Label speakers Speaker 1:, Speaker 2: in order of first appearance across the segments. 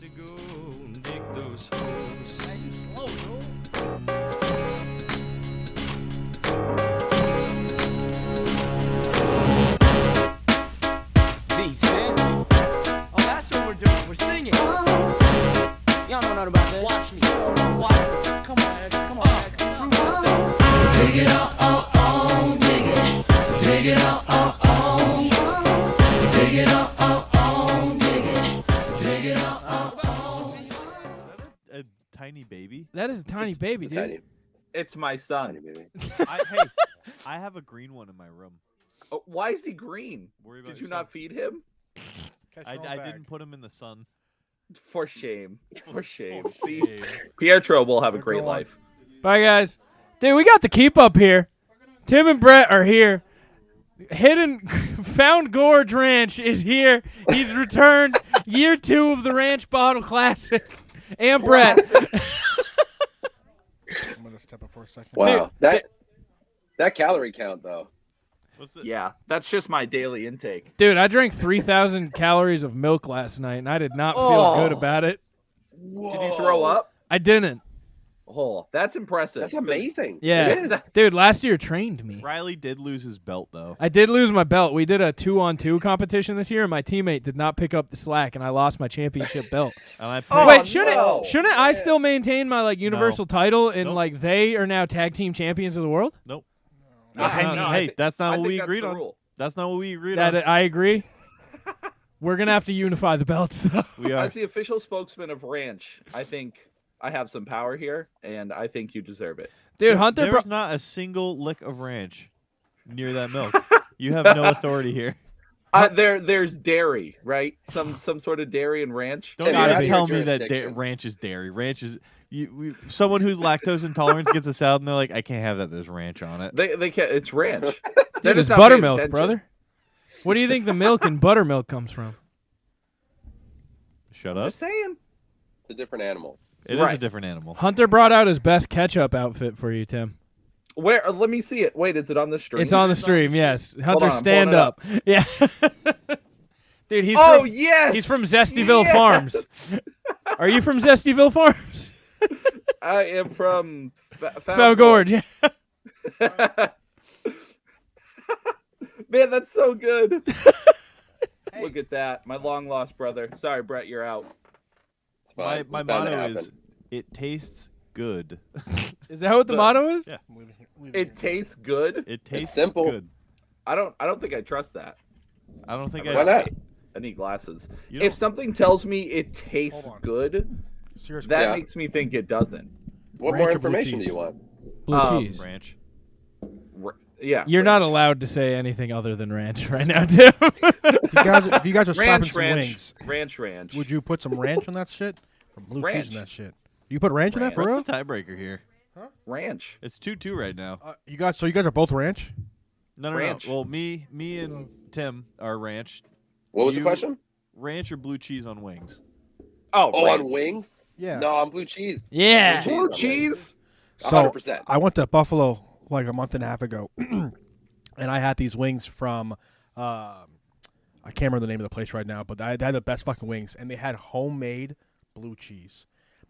Speaker 1: to go and dig those holes.
Speaker 2: D10.
Speaker 3: Oh, that's what we're doing. We're singing.
Speaker 2: Y'all know nothing about that.
Speaker 3: Watch me. Watch me. Come on, Ed. Come on, Ed. Prove yourself.
Speaker 4: A tiny baby.
Speaker 5: That is a tiny baby, dude.
Speaker 6: Tiny- It's my tiny son. baby.
Speaker 4: I, hey, I have a green one in my room.
Speaker 6: Oh, why is he green?
Speaker 4: Worry about
Speaker 6: Did you
Speaker 4: yourself.
Speaker 6: not feed him?
Speaker 7: Catch
Speaker 4: I,
Speaker 7: your own
Speaker 4: I
Speaker 7: bag.
Speaker 4: didn't put him in the sun.
Speaker 6: For shame. For shame. See,
Speaker 4: Hey,
Speaker 6: Pietro will have a
Speaker 7: Now
Speaker 6: great
Speaker 7: go on.
Speaker 6: life.
Speaker 5: Bye, guys. Dude, we got the keep up here. Tim and Brett are here. Hidden Found Gorge Ranch is here. He's returned year two of the Ranch Bottle Classic. And Brett.
Speaker 7: I'm gonna step up for a second.
Speaker 6: Wow.
Speaker 5: Dude,
Speaker 6: that
Speaker 8: That calorie count though.
Speaker 4: What's the,
Speaker 6: yeah, that's just my daily intake.
Speaker 5: Dude, I drank 3,000 calories of milk last night, and I did not feel
Speaker 6: Oh.
Speaker 5: good about it.
Speaker 6: Did you throw up?
Speaker 5: I didn't.
Speaker 6: Oh, that's impressive.
Speaker 8: That's
Speaker 6: 'cause-
Speaker 8: amazing.
Speaker 5: Yeah.
Speaker 6: It is.
Speaker 5: Dude, last year trained me.
Speaker 4: Riley did lose his belt though.
Speaker 5: I did lose my belt. We did a two on two competition this year, and my teammate did not pick up the slack, and I lost my championship belt.
Speaker 4: And I
Speaker 6: Oh,
Speaker 4: picked-
Speaker 5: Wait, shouldn't
Speaker 6: no.
Speaker 5: shouldn't I still maintain my like universal title and
Speaker 4: Nope.
Speaker 5: like they are now tag team champions of the world?
Speaker 4: that's
Speaker 6: I
Speaker 4: not-
Speaker 6: know, I
Speaker 4: hey,
Speaker 6: thi-
Speaker 4: that's
Speaker 6: I
Speaker 4: not
Speaker 6: think
Speaker 4: what we
Speaker 6: that's
Speaker 4: agreed
Speaker 6: the
Speaker 4: on.
Speaker 6: rule.
Speaker 4: That's not what we agreed
Speaker 5: That
Speaker 4: on.
Speaker 5: I agree. We're gonna have to unify the belts. though.
Speaker 4: we are.
Speaker 6: As the official spokesman of Ranch, I think I have some power here, and I think you deserve it.
Speaker 5: Dude, Hunter,
Speaker 4: There's
Speaker 5: bro-
Speaker 4: not a single lick of ranch near that milk. you have no authority here.
Speaker 6: Uh, there, there's dairy, right? Some, some sort of dairy and ranch.
Speaker 4: Don't
Speaker 5: gotta
Speaker 4: even
Speaker 5: be
Speaker 4: tell
Speaker 8: your
Speaker 4: me that da-
Speaker 8: jurisdiction.
Speaker 4: ranch is dairy. Ranch is you, we, someone who's lactose intolerant gets a salad and they're like, I can't have that. There's ranch on it.
Speaker 6: They, they can't. It's ranch. They're
Speaker 5: dude, it's
Speaker 6: just not paying
Speaker 5: buttermilk,
Speaker 6: attention.
Speaker 5: brother. What do you think the milk and buttermilk comes from?
Speaker 4: Shut up.
Speaker 6: Just saying.
Speaker 8: It's a different animal.
Speaker 4: It is a
Speaker 6: right.
Speaker 4: different animal.
Speaker 5: Hunter brought out his best ketchup outfit for you, Tim.
Speaker 6: Where? uh, Let me see it. Wait, is it on the street?
Speaker 5: It's on the stream, yes.
Speaker 6: Hold
Speaker 5: Hunter,
Speaker 6: on, I'm
Speaker 5: stand
Speaker 6: pulling it
Speaker 5: up. Yeah. Dude, he's
Speaker 6: oh
Speaker 5: from
Speaker 6: yes.
Speaker 5: he's from Zestyville
Speaker 6: Yes!
Speaker 5: Farms. Are you from Zestyville Farms?
Speaker 6: I am from Fa-
Speaker 5: Found Gorge. yeah.
Speaker 6: Man, that's so good. Look at that, my long lost brother. Sorry, Brett, you're out.
Speaker 8: It's
Speaker 4: My,
Speaker 8: fine.
Speaker 4: my
Speaker 8: It's bound to
Speaker 4: motto is,
Speaker 8: happen.
Speaker 4: it tastes good.
Speaker 5: Is that what the
Speaker 6: The-
Speaker 5: motto is?
Speaker 7: I'm leaving here- leaving here.
Speaker 6: It tastes good.
Speaker 4: It tastes
Speaker 8: simple.
Speaker 4: good.
Speaker 6: I don't. I don't think I trust that.
Speaker 4: I don't think
Speaker 8: Why
Speaker 4: I.
Speaker 8: not?
Speaker 6: I need glasses.
Speaker 4: You
Speaker 6: If
Speaker 4: don't,
Speaker 6: something tells me it tastes
Speaker 7: Hold on.
Speaker 6: good,
Speaker 7: Serious
Speaker 6: that
Speaker 8: Yeah.
Speaker 6: makes me think it doesn't.
Speaker 8: What
Speaker 7: Ranch
Speaker 8: more
Speaker 7: or blue
Speaker 8: information do
Speaker 7: cheese?
Speaker 8: you want?
Speaker 5: Blue
Speaker 6: Um,
Speaker 5: cheese.
Speaker 4: ranch.
Speaker 6: R- Yeah.
Speaker 5: You're not allowed to say anything other than ranch right now, Tim.
Speaker 7: If you guys, if you guys are slapping
Speaker 6: ranch,
Speaker 7: some
Speaker 6: ranch,
Speaker 7: wings,
Speaker 6: ranch, ranch.
Speaker 7: would you put some ranch on that shit? Or blue cheese
Speaker 6: Ranch.
Speaker 7: in that shit? You put ranch in that for real?
Speaker 4: What's the tiebreaker here?
Speaker 6: ranch.
Speaker 4: It's two two right now.
Speaker 7: Uh, you guys, so you guys are both ranch?
Speaker 4: No, no,
Speaker 6: Ranch.
Speaker 4: no. Well, me, me and Tim are ranch.
Speaker 8: What was
Speaker 4: You-
Speaker 8: the question?
Speaker 4: Ranch or blue cheese on wings?
Speaker 6: Oh,
Speaker 8: Oh,
Speaker 6: ranch.
Speaker 8: on wings?
Speaker 7: Yeah.
Speaker 8: No, on blue cheese.
Speaker 5: Yeah.
Speaker 8: Blue
Speaker 6: blue cheese.
Speaker 8: cheese.
Speaker 7: So
Speaker 8: 100%.
Speaker 7: I went to Buffalo like a month and a half ago, and I had these wings from. Uh, I can't remember the name of the place right now, but I, they had the best fucking wings, and they had homemade blue cheese.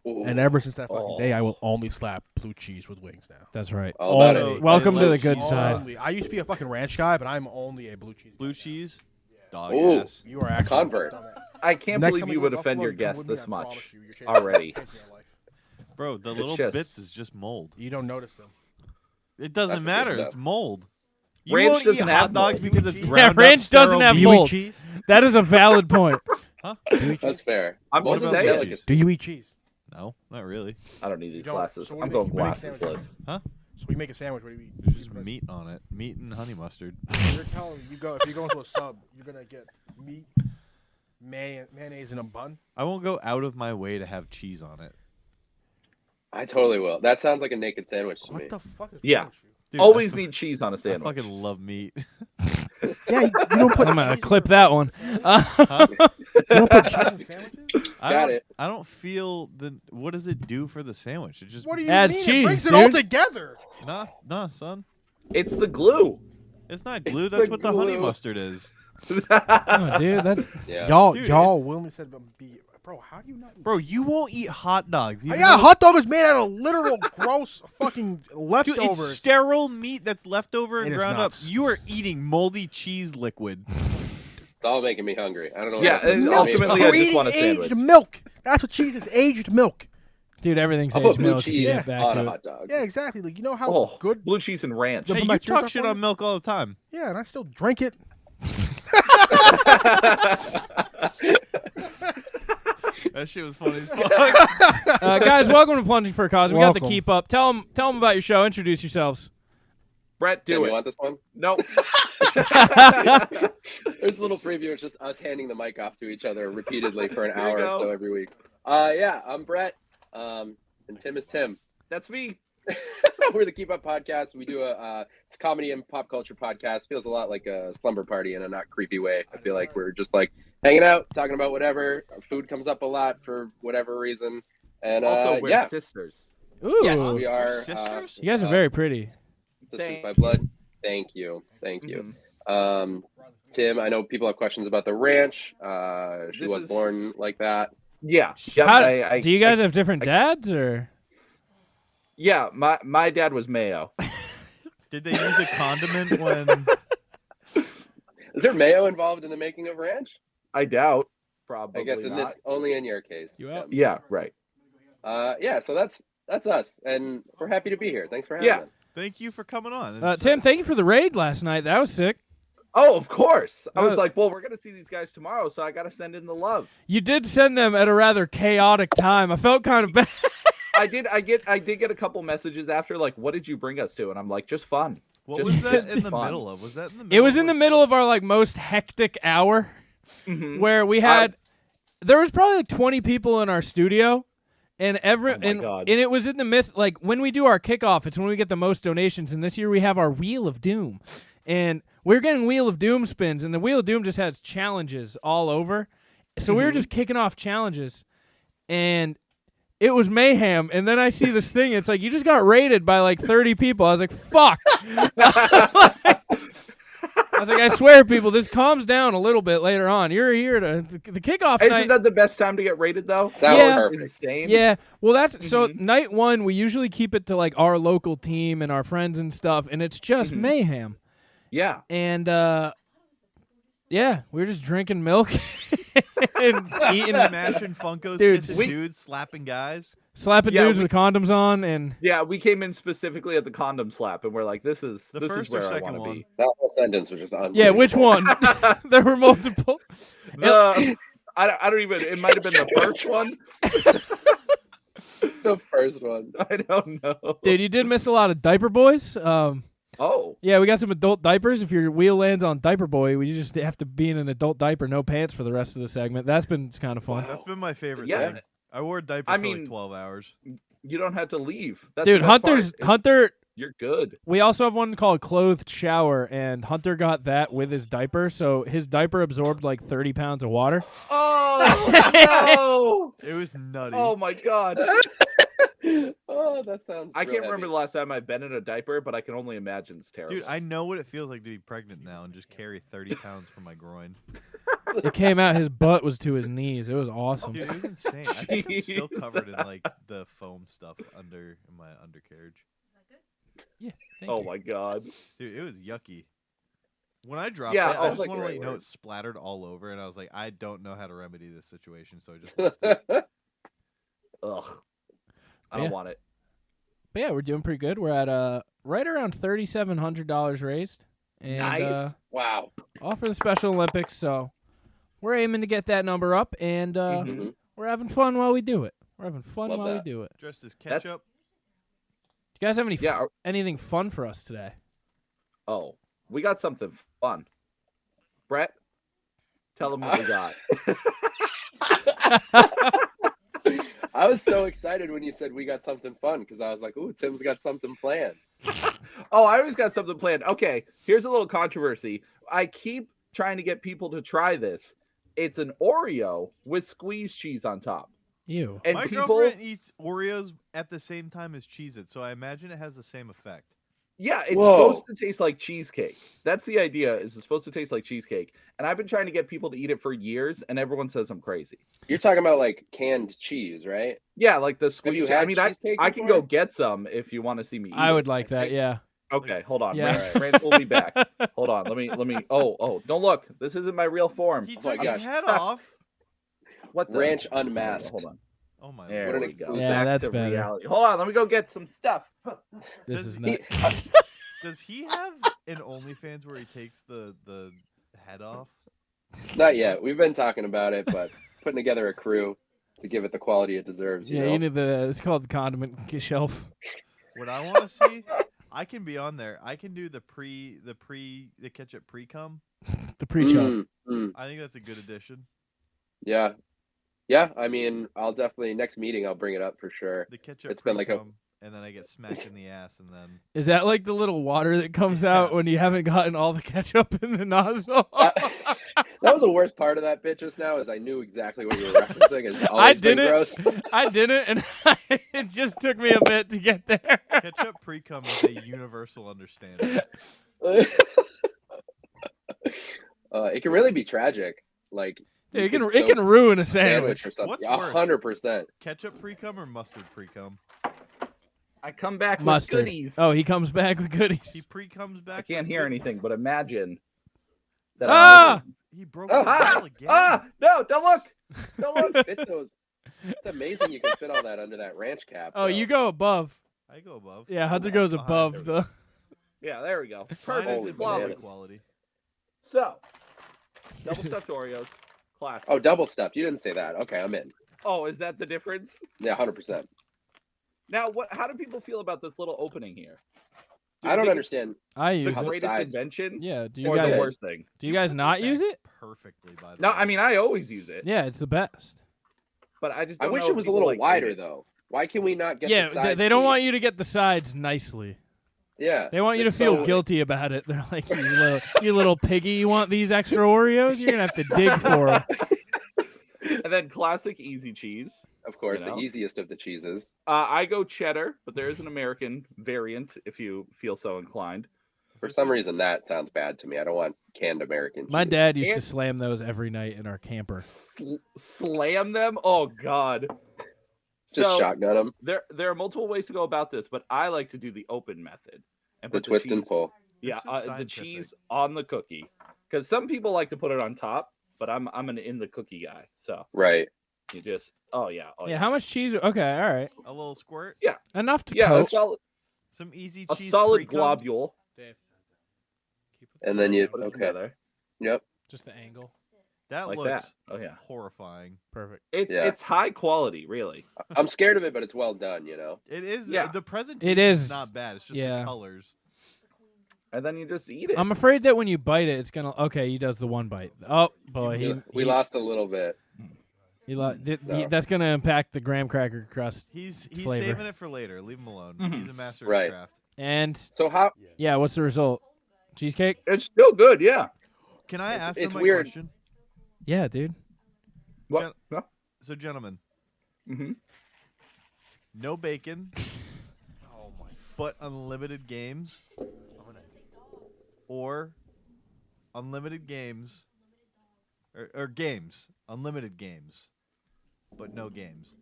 Speaker 8: Ooh.
Speaker 7: And ever since that fucking
Speaker 6: Oh.
Speaker 7: day, I will only slap blue cheese with wings now.
Speaker 5: That's right.
Speaker 8: All
Speaker 7: all
Speaker 8: about
Speaker 4: So
Speaker 8: it.
Speaker 5: Welcome
Speaker 4: I
Speaker 5: to
Speaker 4: love
Speaker 5: the good
Speaker 4: cheese.
Speaker 5: side.
Speaker 7: Only. I used to be a fucking ranch guy, but I'm only a blue cheese.
Speaker 4: Blue cheese. Dog
Speaker 8: Ooh.
Speaker 4: ass.
Speaker 7: You are actually
Speaker 8: Convert.
Speaker 6: I can't
Speaker 7: Next
Speaker 6: believe
Speaker 7: time
Speaker 6: you
Speaker 7: go
Speaker 6: would
Speaker 7: to
Speaker 6: offend
Speaker 7: Buffalo,
Speaker 6: your
Speaker 7: come
Speaker 6: guests
Speaker 7: with me, I
Speaker 6: this much.
Speaker 7: promise you, you're changing-
Speaker 6: already.
Speaker 7: changing your life.
Speaker 4: Bro, the little
Speaker 6: just-
Speaker 4: bits is just mold.
Speaker 7: You don't notice them.
Speaker 4: It
Speaker 8: the
Speaker 4: doesn't
Speaker 8: good
Speaker 4: matter.
Speaker 8: stuff.
Speaker 4: It's mold. You
Speaker 6: Ranch
Speaker 4: won't eat
Speaker 6: doesn't
Speaker 4: hot
Speaker 6: have
Speaker 4: dogs
Speaker 6: mold.
Speaker 4: because it's
Speaker 7: Yeah,
Speaker 4: ground up
Speaker 5: ranch doesn't
Speaker 4: sterile
Speaker 5: have
Speaker 4: meat.
Speaker 7: Do you
Speaker 5: mold.
Speaker 7: eat cheese?
Speaker 5: That is a valid point.
Speaker 8: That's fair.
Speaker 6: I'm
Speaker 8: Most
Speaker 6: just
Speaker 8: of the
Speaker 6: saying.
Speaker 8: delicates-
Speaker 7: Do you eat cheese?
Speaker 4: No, not really.
Speaker 6: I don't need
Speaker 7: You
Speaker 6: these
Speaker 7: don't-
Speaker 6: glasses.
Speaker 7: so what
Speaker 6: I'm
Speaker 7: do you
Speaker 6: going
Speaker 7: make- what do you
Speaker 6: glasses
Speaker 7: make sandwiches?
Speaker 6: list.
Speaker 7: So we make a sandwich. What do you eat?
Speaker 4: There's just
Speaker 7: You put-
Speaker 4: meat on it. Meat and honey mustard.
Speaker 7: You're telling me you go if you're going to a sub, you're gonna get meat, may, mayonnaise, and a bun.
Speaker 4: I won't go out of my way to have cheese on it.
Speaker 8: I totally will. That sounds like a naked sandwich to me.
Speaker 7: What the fuck is
Speaker 6: Yeah.
Speaker 7: wrong with you?
Speaker 4: Dude, I
Speaker 6: Always
Speaker 4: fu-
Speaker 6: need cheese on a
Speaker 4: I
Speaker 6: sandwich.
Speaker 4: fucking love meat.
Speaker 7: Yeah, you, you don't put.
Speaker 5: I'm gonna clip that one.
Speaker 4: Huh?
Speaker 7: You don't put cheese in sandwiches.
Speaker 4: I
Speaker 8: Got
Speaker 4: don't-
Speaker 8: it.
Speaker 4: I don't feel the. What does it do for the sandwich? It just
Speaker 7: What do you
Speaker 5: Adds
Speaker 7: mean?
Speaker 5: cheese,
Speaker 7: it brings it all
Speaker 5: dude.
Speaker 7: together.
Speaker 4: Nah, nah, son.
Speaker 6: It's the glue.
Speaker 4: It's not glue.
Speaker 8: the
Speaker 4: That's what the honey
Speaker 8: glue.
Speaker 4: mustard is.
Speaker 5: Oh, dude, that's
Speaker 8: Yeah.
Speaker 7: Y'all,
Speaker 4: Dude,
Speaker 7: y'all
Speaker 4: it's-
Speaker 7: willingly said, um, be, bro, how do you not?
Speaker 4: Bro, you won't eat hot dogs. even
Speaker 7: Yeah,
Speaker 4: though-
Speaker 7: hot dog is made out of literal gross fucking
Speaker 4: Dude,
Speaker 7: leftovers.
Speaker 4: it's sterile meat that's left over and
Speaker 7: It is
Speaker 4: ground
Speaker 7: not
Speaker 4: up. You are eating moldy cheese liquid.
Speaker 8: It's all making me hungry. I don't know.
Speaker 6: Yeah,
Speaker 8: what else-
Speaker 6: and
Speaker 8: I mean,
Speaker 6: ultimately,
Speaker 7: We're
Speaker 6: I just
Speaker 7: eating
Speaker 6: want a
Speaker 7: aged
Speaker 6: sandwich.
Speaker 7: milk. That's what cheese is. Aged milk.
Speaker 5: dude. Everything's
Speaker 8: I'll put
Speaker 5: aged
Speaker 8: blue
Speaker 5: milk. If you
Speaker 8: cheese
Speaker 5: get back
Speaker 8: on a
Speaker 5: to it.
Speaker 8: hot dog.
Speaker 7: Yeah, exactly. Like you know how
Speaker 6: Oh,
Speaker 7: good.
Speaker 6: blue cheese and ranch.
Speaker 7: Put
Speaker 4: Hey,
Speaker 7: my
Speaker 4: you
Speaker 7: tears
Speaker 4: talk
Speaker 7: up
Speaker 4: shit
Speaker 7: for
Speaker 4: on
Speaker 7: you?
Speaker 4: milk all the time.
Speaker 7: Yeah, and I still drink it.
Speaker 4: That shit was funny as fuck.
Speaker 5: Uh, guys, welcome to Plunging for a Cause. We got the
Speaker 7: Welcome.
Speaker 5: keep up. Tell them, tell them about your show. Introduce yourselves.
Speaker 6: Brett,
Speaker 8: Do
Speaker 6: do
Speaker 8: you
Speaker 6: it.
Speaker 8: want this one?
Speaker 6: No.
Speaker 8: There's a little preview. It's just us handing the mic off to each other repeatedly for an
Speaker 6: There you
Speaker 8: hour or
Speaker 6: go.
Speaker 8: so every week. Uh, yeah, I'm Brett, um, and Tim is Tim.
Speaker 6: That's me.
Speaker 8: We're the Keep Up Podcast. We do a uh, it's a comedy and pop culture podcast. Feels a lot like a slumber party in a not creepy way. I feel like we're just like hanging out, talking about whatever. Food comes up a lot for whatever reason, and uh,
Speaker 6: Also, we're
Speaker 8: yeah,
Speaker 6: sisters.
Speaker 5: Ooh,
Speaker 8: yes, we are. Uh,
Speaker 4: Sisters?
Speaker 5: you guys are
Speaker 8: uh,
Speaker 5: very pretty.
Speaker 8: sisters
Speaker 6: Thank
Speaker 8: by blood. Thank you, thank you.
Speaker 6: Mhm.
Speaker 8: Um, Tim, I know people have questions about the ranch. Uh, she
Speaker 6: This
Speaker 8: was
Speaker 6: is-
Speaker 8: born like that.
Speaker 6: Yeah. yeah
Speaker 5: How-
Speaker 6: I- I-
Speaker 5: do you guys
Speaker 6: I-
Speaker 5: have different
Speaker 6: I-
Speaker 5: dads or?
Speaker 6: yeah, my, my dad was mayo.
Speaker 4: Did they use a condiment when?
Speaker 8: Is there mayo involved in the making of ranch?
Speaker 6: I doubt. Probably
Speaker 8: I guess in
Speaker 6: not.
Speaker 8: this only in your case.
Speaker 5: You out?
Speaker 6: Yeah, right.
Speaker 8: Uh, yeah. So that's that's us, and we're happy to be here. Thanks for having
Speaker 6: Yeah.
Speaker 8: us.
Speaker 4: Thank you for coming on.
Speaker 5: Uh,
Speaker 4: It's-
Speaker 5: Tim, thank you for the raid last night. That was sick.
Speaker 6: Oh, of course. I was
Speaker 5: Uh,
Speaker 6: like, well, we're gonna see these guys tomorrow, so I gotta send in the love.
Speaker 5: You did send them at a rather chaotic time. I felt kind of bad.
Speaker 6: I did. I get. I did get a couple messages after, like, what did you bring us to? And I'm like, just fun.
Speaker 4: what
Speaker 6: just-
Speaker 4: was that
Speaker 6: just
Speaker 4: in the
Speaker 6: fun.
Speaker 4: middle of? Was that in the?
Speaker 5: It
Speaker 4: middle
Speaker 5: was in the
Speaker 4: of-
Speaker 5: middle of our like most hectic hour
Speaker 6: Mhm.
Speaker 5: where we had there was probably like 20 people in our studio and every
Speaker 6: Oh my
Speaker 5: and,
Speaker 6: God.
Speaker 5: and it was in the midst like when we do our kickoff it's when we get the most donations and this year we have our wheel of doom and we're getting wheel of doom spins and the wheel of doom just has challenges all over so we were
Speaker 6: Mm-hmm.
Speaker 5: just kicking off challenges and it was mayhem and then i see this thing it's like you just got raided by like 30 people i was like fuck I was like, I swear, people, this calms down a little bit later on. You're here to the, the kickoff night.
Speaker 6: Isn't that the best time to get rated though?
Speaker 8: Sound
Speaker 5: Yeah.
Speaker 8: perfect.
Speaker 6: Insane.
Speaker 5: Yeah. Well, that's so
Speaker 6: Mhm.
Speaker 5: night one, we usually keep it to like our local team and our friends and stuff, and it's just
Speaker 6: Mhm.
Speaker 5: mayhem.
Speaker 6: Yeah.
Speaker 5: And, uh, yeah, we were just drinking milk and eating,
Speaker 4: smashing Funkos,
Speaker 5: Dude,
Speaker 4: kissing
Speaker 5: we-
Speaker 4: dudes, slapping guys.
Speaker 5: slapping
Speaker 6: Yeah,
Speaker 5: dudes
Speaker 6: we-
Speaker 5: with condoms on. And
Speaker 6: Yeah, we came in specifically at the condom slap, and we're like, "This is
Speaker 4: The
Speaker 6: this
Speaker 4: first
Speaker 6: is where
Speaker 4: or
Speaker 6: I
Speaker 4: second
Speaker 6: want to
Speaker 4: one?
Speaker 6: be."
Speaker 8: That whole sentence was just on.
Speaker 5: yeah, which one? there were multiple.
Speaker 6: The, Uh, I, don't- I don't even. It might have been the first one.
Speaker 8: the first one?
Speaker 6: I don't know.
Speaker 5: Dude, you did miss a lot of diaper boys. Um,
Speaker 6: Oh,
Speaker 5: yeah, we got some adult diapers. If your wheel lands on diaper boy, we just have to be in an adult diaper, no pants for the rest of the segment. That's been kind of fun.
Speaker 4: That's been my favorite
Speaker 6: Yeah.
Speaker 4: thing. I wore a diaper
Speaker 6: I
Speaker 4: for
Speaker 6: mean-
Speaker 4: like twelve hours.
Speaker 6: you don't have to leave. That's the
Speaker 5: Dude,
Speaker 6: best part.
Speaker 5: Hunter's
Speaker 6: It-
Speaker 5: Hunter
Speaker 6: You're good.
Speaker 5: We also have one called Clothed Shower, and Hunter got that with his diaper. So his diaper absorbed like 30 pounds of water.
Speaker 6: Oh
Speaker 4: It was nutty.
Speaker 6: no! Oh my god!
Speaker 8: oh, that sounds.
Speaker 6: I
Speaker 8: real
Speaker 6: can't remember
Speaker 8: heavy.
Speaker 6: the last time I've been in a diaper, but I can only imagine it's terrible.
Speaker 4: Dude, I know what it feels like to be pregnant now and just carry 30 pounds from my groin.
Speaker 5: It came out, his butt was to his knees. It was awesome.
Speaker 4: Dude, it was insane. I think I'm still covered in like the foam stuff under in my undercarriage.
Speaker 5: Thank
Speaker 6: oh
Speaker 5: you.
Speaker 6: my god!
Speaker 4: Dude, it was yucky. When I dropped
Speaker 6: Yeah,
Speaker 4: it,
Speaker 6: oh,
Speaker 4: I just
Speaker 8: like
Speaker 4: want to let
Speaker 8: the right
Speaker 4: you know
Speaker 8: word.
Speaker 4: it splattered all over, and I was like, I don't know how to remedy this situation, so I just left it.
Speaker 6: Ugh, I don't
Speaker 5: Yeah.
Speaker 6: want it.
Speaker 5: But yeah, we're doing pretty good. We're at uh, right around $3,700 raised. And
Speaker 6: Nice.
Speaker 5: uh,
Speaker 8: wow.
Speaker 5: all for the Special Olympics. So we're aiming to get that number up, and uh,
Speaker 6: Mhm.
Speaker 8: Mhm.
Speaker 5: we're having fun while we do it. We're having fun
Speaker 8: Love
Speaker 5: while
Speaker 8: that.
Speaker 5: we do it.
Speaker 4: Dressed as
Speaker 6: That's-
Speaker 4: ketchup.
Speaker 5: Do you guys have any f-
Speaker 6: Yeah. are-
Speaker 5: anything fun for us today?
Speaker 6: Oh, we got something fun. Brett, tell them what we got.
Speaker 8: I was so excited when you said we got something fun because I was like, "Ooh, Tim's got something planned."
Speaker 6: Oh, I always got something planned. Okay, here's a little controversy. I keep trying to get people to try this. It's an Oreo with squeeze cheese on top.
Speaker 5: You.
Speaker 6: And
Speaker 4: My
Speaker 6: people
Speaker 4: girlfriend eats Oreos at the same time as Cheez It, so I imagine it has the same effect.
Speaker 6: Yeah, it's
Speaker 8: Whoa.
Speaker 6: supposed to taste like cheesecake. That's the idea. Is it's supposed to taste like cheesecake? And I've been trying to get people to eat it for years, and everyone says I'm crazy.
Speaker 8: You're talking about like canned cheese, right?
Speaker 6: Yeah, like the
Speaker 8: Have you
Speaker 6: squeeze. I
Speaker 8: had
Speaker 6: mean, I,
Speaker 8: cheesecake
Speaker 6: I can
Speaker 8: before?
Speaker 6: go get some if you want to see me. Eat
Speaker 5: I
Speaker 6: it.
Speaker 5: would like that. Yeah.
Speaker 6: Okay, hold on.
Speaker 5: Yeah.
Speaker 6: Rand- Rand will be back. Hold on. Let me. Let me. Oh, oh, don't look. This isn't my real form.
Speaker 4: He
Speaker 8: Oh my
Speaker 4: took his
Speaker 8: gosh.
Speaker 4: head off.
Speaker 6: What the?
Speaker 8: Ranch unmasked.
Speaker 6: Hold on.
Speaker 4: Oh my
Speaker 6: There
Speaker 8: What an
Speaker 6: we go.
Speaker 8: exclusive.
Speaker 5: Yeah,
Speaker 6: Back
Speaker 5: that's
Speaker 6: to
Speaker 5: better.
Speaker 6: reality. Hold on. Let me go get some stuff.
Speaker 5: This
Speaker 4: Does
Speaker 5: is
Speaker 8: he-
Speaker 5: not.
Speaker 4: Does he have an OnlyFans where he takes the the head off?
Speaker 8: Not yet. We've been talking about it, but putting together a crew to give it the quality it deserves. You
Speaker 5: Yeah,
Speaker 8: know?
Speaker 5: you need the. It's called condiment k- shelf.
Speaker 4: What I want to see, I can be on there. I can do the pre the pre the ketchup pre cum.
Speaker 5: The pre chop.
Speaker 8: Mm, mm,
Speaker 4: I think that's a good addition.
Speaker 8: yeah. Yeah, I mean, I'll definitely next meeting I'll bring it up for sure.
Speaker 4: The ketchup
Speaker 8: It's been like a-
Speaker 4: pre-cum, and then I get smacked in the ass, and then
Speaker 5: Is that like the little water that comes out when you haven't gotten all the ketchup in the nozzle?
Speaker 8: Uh, that was the worst part of that bit just now is I knew exactly what you were referencing. It's
Speaker 5: I
Speaker 8: always been
Speaker 5: did it.
Speaker 8: gross.
Speaker 5: I didn't, and it just took me a bit to get there.
Speaker 4: ketchup pre cum is a universal understanding.
Speaker 8: uh, it can really be tragic. Like
Speaker 5: Dude, it
Speaker 8: you
Speaker 5: can
Speaker 8: could
Speaker 5: it
Speaker 8: soak
Speaker 5: can ruin a
Speaker 8: a sandwich,
Speaker 5: sandwich.
Speaker 8: or something.
Speaker 4: What's
Speaker 8: A
Speaker 4: worse?
Speaker 8: hundred percent.
Speaker 4: Ketchup pre cum or mustard pre cum?
Speaker 6: I come back with
Speaker 5: Mustard.
Speaker 6: goodies.
Speaker 5: Oh, he comes back with
Speaker 4: He
Speaker 5: goodies.
Speaker 4: pre comes back.
Speaker 6: I
Speaker 4: with
Speaker 6: can't hear
Speaker 4: goodies.
Speaker 6: anything, but imagine. That I'm
Speaker 5: Ah!
Speaker 6: hungry.
Speaker 4: He broke
Speaker 8: Oh,
Speaker 4: the
Speaker 6: ah,
Speaker 4: ball again.
Speaker 6: ah! No! Don't look! Don't look!
Speaker 8: Fit those. It's amazing you can fit all that under that ranch cap.
Speaker 5: Oh,
Speaker 8: though.
Speaker 5: you go above.
Speaker 4: I go above.
Speaker 5: Yeah, Hunter
Speaker 4: Behind,
Speaker 5: goes
Speaker 4: behind.
Speaker 5: above the.
Speaker 6: Yeah, there we go.
Speaker 4: Mine
Speaker 8: Holy
Speaker 6: Perfect.
Speaker 4: is
Speaker 8: bananas.
Speaker 4: in banana
Speaker 6: flawless.
Speaker 4: quality.
Speaker 6: So, double stuffed Oreos, classic.
Speaker 8: Oh, double stuff. You didn't say that. Okay, I'm in.
Speaker 6: Oh, is that the difference?
Speaker 8: Yeah, hundred percent.
Speaker 6: Now, what? How do people feel about this little opening here? Do
Speaker 8: I
Speaker 6: you
Speaker 8: don't
Speaker 6: think
Speaker 8: understand.
Speaker 5: I use
Speaker 6: it's The
Speaker 8: Both
Speaker 5: it.
Speaker 6: greatest
Speaker 8: sides.
Speaker 6: invention,
Speaker 5: Yeah. Do you
Speaker 6: or
Speaker 5: guys
Speaker 6: the
Speaker 8: Yeah.
Speaker 6: worst thing?
Speaker 5: do you guys
Speaker 4: Put
Speaker 5: not
Speaker 4: that
Speaker 5: use it?
Speaker 4: Perfectly by the
Speaker 6: No,
Speaker 4: way.
Speaker 6: I mean I always use it,
Speaker 5: Yeah, it's the best.
Speaker 6: but I just
Speaker 8: I
Speaker 6: don't
Speaker 8: wish
Speaker 6: know
Speaker 8: it
Speaker 6: if
Speaker 8: was a
Speaker 6: people
Speaker 8: little
Speaker 6: like
Speaker 8: wider
Speaker 6: it.
Speaker 8: though. Why can we not get?
Speaker 5: yeah,
Speaker 8: the
Speaker 5: they,
Speaker 8: side
Speaker 5: they don't
Speaker 8: seat?
Speaker 5: want you to get the sides nicely.
Speaker 8: Yeah,
Speaker 5: They want you
Speaker 8: It's
Speaker 5: to feel
Speaker 8: so-
Speaker 5: guilty about it. They're like, you little, you little piggy, you want these extra Oreos? You're gonna have to dig for them.
Speaker 6: And then classic easy cheese.
Speaker 8: of course,
Speaker 6: you
Speaker 8: the
Speaker 6: know?
Speaker 8: easiest of the cheeses.
Speaker 6: Uh, I go cheddar, but there is an American variant if you feel so inclined.
Speaker 8: For some reason, that sounds bad to me. I don't want canned American.
Speaker 5: My
Speaker 8: cheese.
Speaker 5: dad used to
Speaker 6: And-
Speaker 5: slam those every night in our camper.
Speaker 6: Sl- slam them. Oh God.
Speaker 8: just
Speaker 6: so
Speaker 8: shotgun them.
Speaker 6: there, there are multiple ways to go about this, but I like to do the open method and
Speaker 8: The
Speaker 6: put
Speaker 8: twist and
Speaker 6: cheese-
Speaker 8: pull.
Speaker 6: Yeah,
Speaker 4: This is
Speaker 6: uh, the
Speaker 4: scientific.
Speaker 6: cheese on the cookie. Because some people like to put it on top, but I'm I'm an in the cookie guy. So
Speaker 8: Right.
Speaker 6: you just oh yeah, oh
Speaker 5: yeah,
Speaker 6: yeah,
Speaker 5: how much cheese? Okay, all right,
Speaker 4: a little squirt,
Speaker 5: enough to
Speaker 6: yeah, a
Speaker 5: coat.
Speaker 6: solid,
Speaker 4: some easy
Speaker 6: a
Speaker 4: cheese.
Speaker 6: solid
Speaker 4: pre-cum.
Speaker 6: globule.
Speaker 8: And then you
Speaker 6: Put it
Speaker 8: okay.
Speaker 6: together
Speaker 8: Yep.
Speaker 5: Just the angle.
Speaker 4: That
Speaker 6: like
Speaker 4: looks
Speaker 6: that. Oh yeah,
Speaker 4: horrifying.
Speaker 5: Perfect.
Speaker 6: it's
Speaker 8: Yeah.
Speaker 6: it's high quality, really.
Speaker 8: I'm scared of it, but it's well done. You know.
Speaker 4: It is.
Speaker 6: Yeah.
Speaker 4: The presentation
Speaker 5: is,
Speaker 4: not bad. It's just
Speaker 5: yeah.
Speaker 4: the colors.
Speaker 6: And then you just eat it.
Speaker 5: I'm afraid that when you bite it, it's gonna. Okay, he does the one bite. Oh boy,
Speaker 8: We,
Speaker 5: he
Speaker 8: we
Speaker 5: he-
Speaker 8: lost a little bit.
Speaker 5: He lo- th- th-
Speaker 8: No.
Speaker 5: that's gonna impact the graham cracker crust.
Speaker 4: He's he's
Speaker 5: Flavor. Mm-hmm.
Speaker 4: saving it for later. Leave him alone.
Speaker 6: Mhm.
Speaker 4: He's a master
Speaker 8: Right.
Speaker 4: of craft.
Speaker 5: And
Speaker 8: So how?
Speaker 5: yeah, what's the result? Cheesecake?
Speaker 6: It's still good, yeah.
Speaker 4: Can I
Speaker 8: It's-
Speaker 4: ask
Speaker 8: it's
Speaker 4: them my
Speaker 8: weird.
Speaker 4: question?
Speaker 5: Yeah, dude.
Speaker 6: What?
Speaker 4: So, gentlemen,
Speaker 6: hmm
Speaker 4: no bacon, but unlimited games, or unlimited games, or, or games, unlimited games, but no games.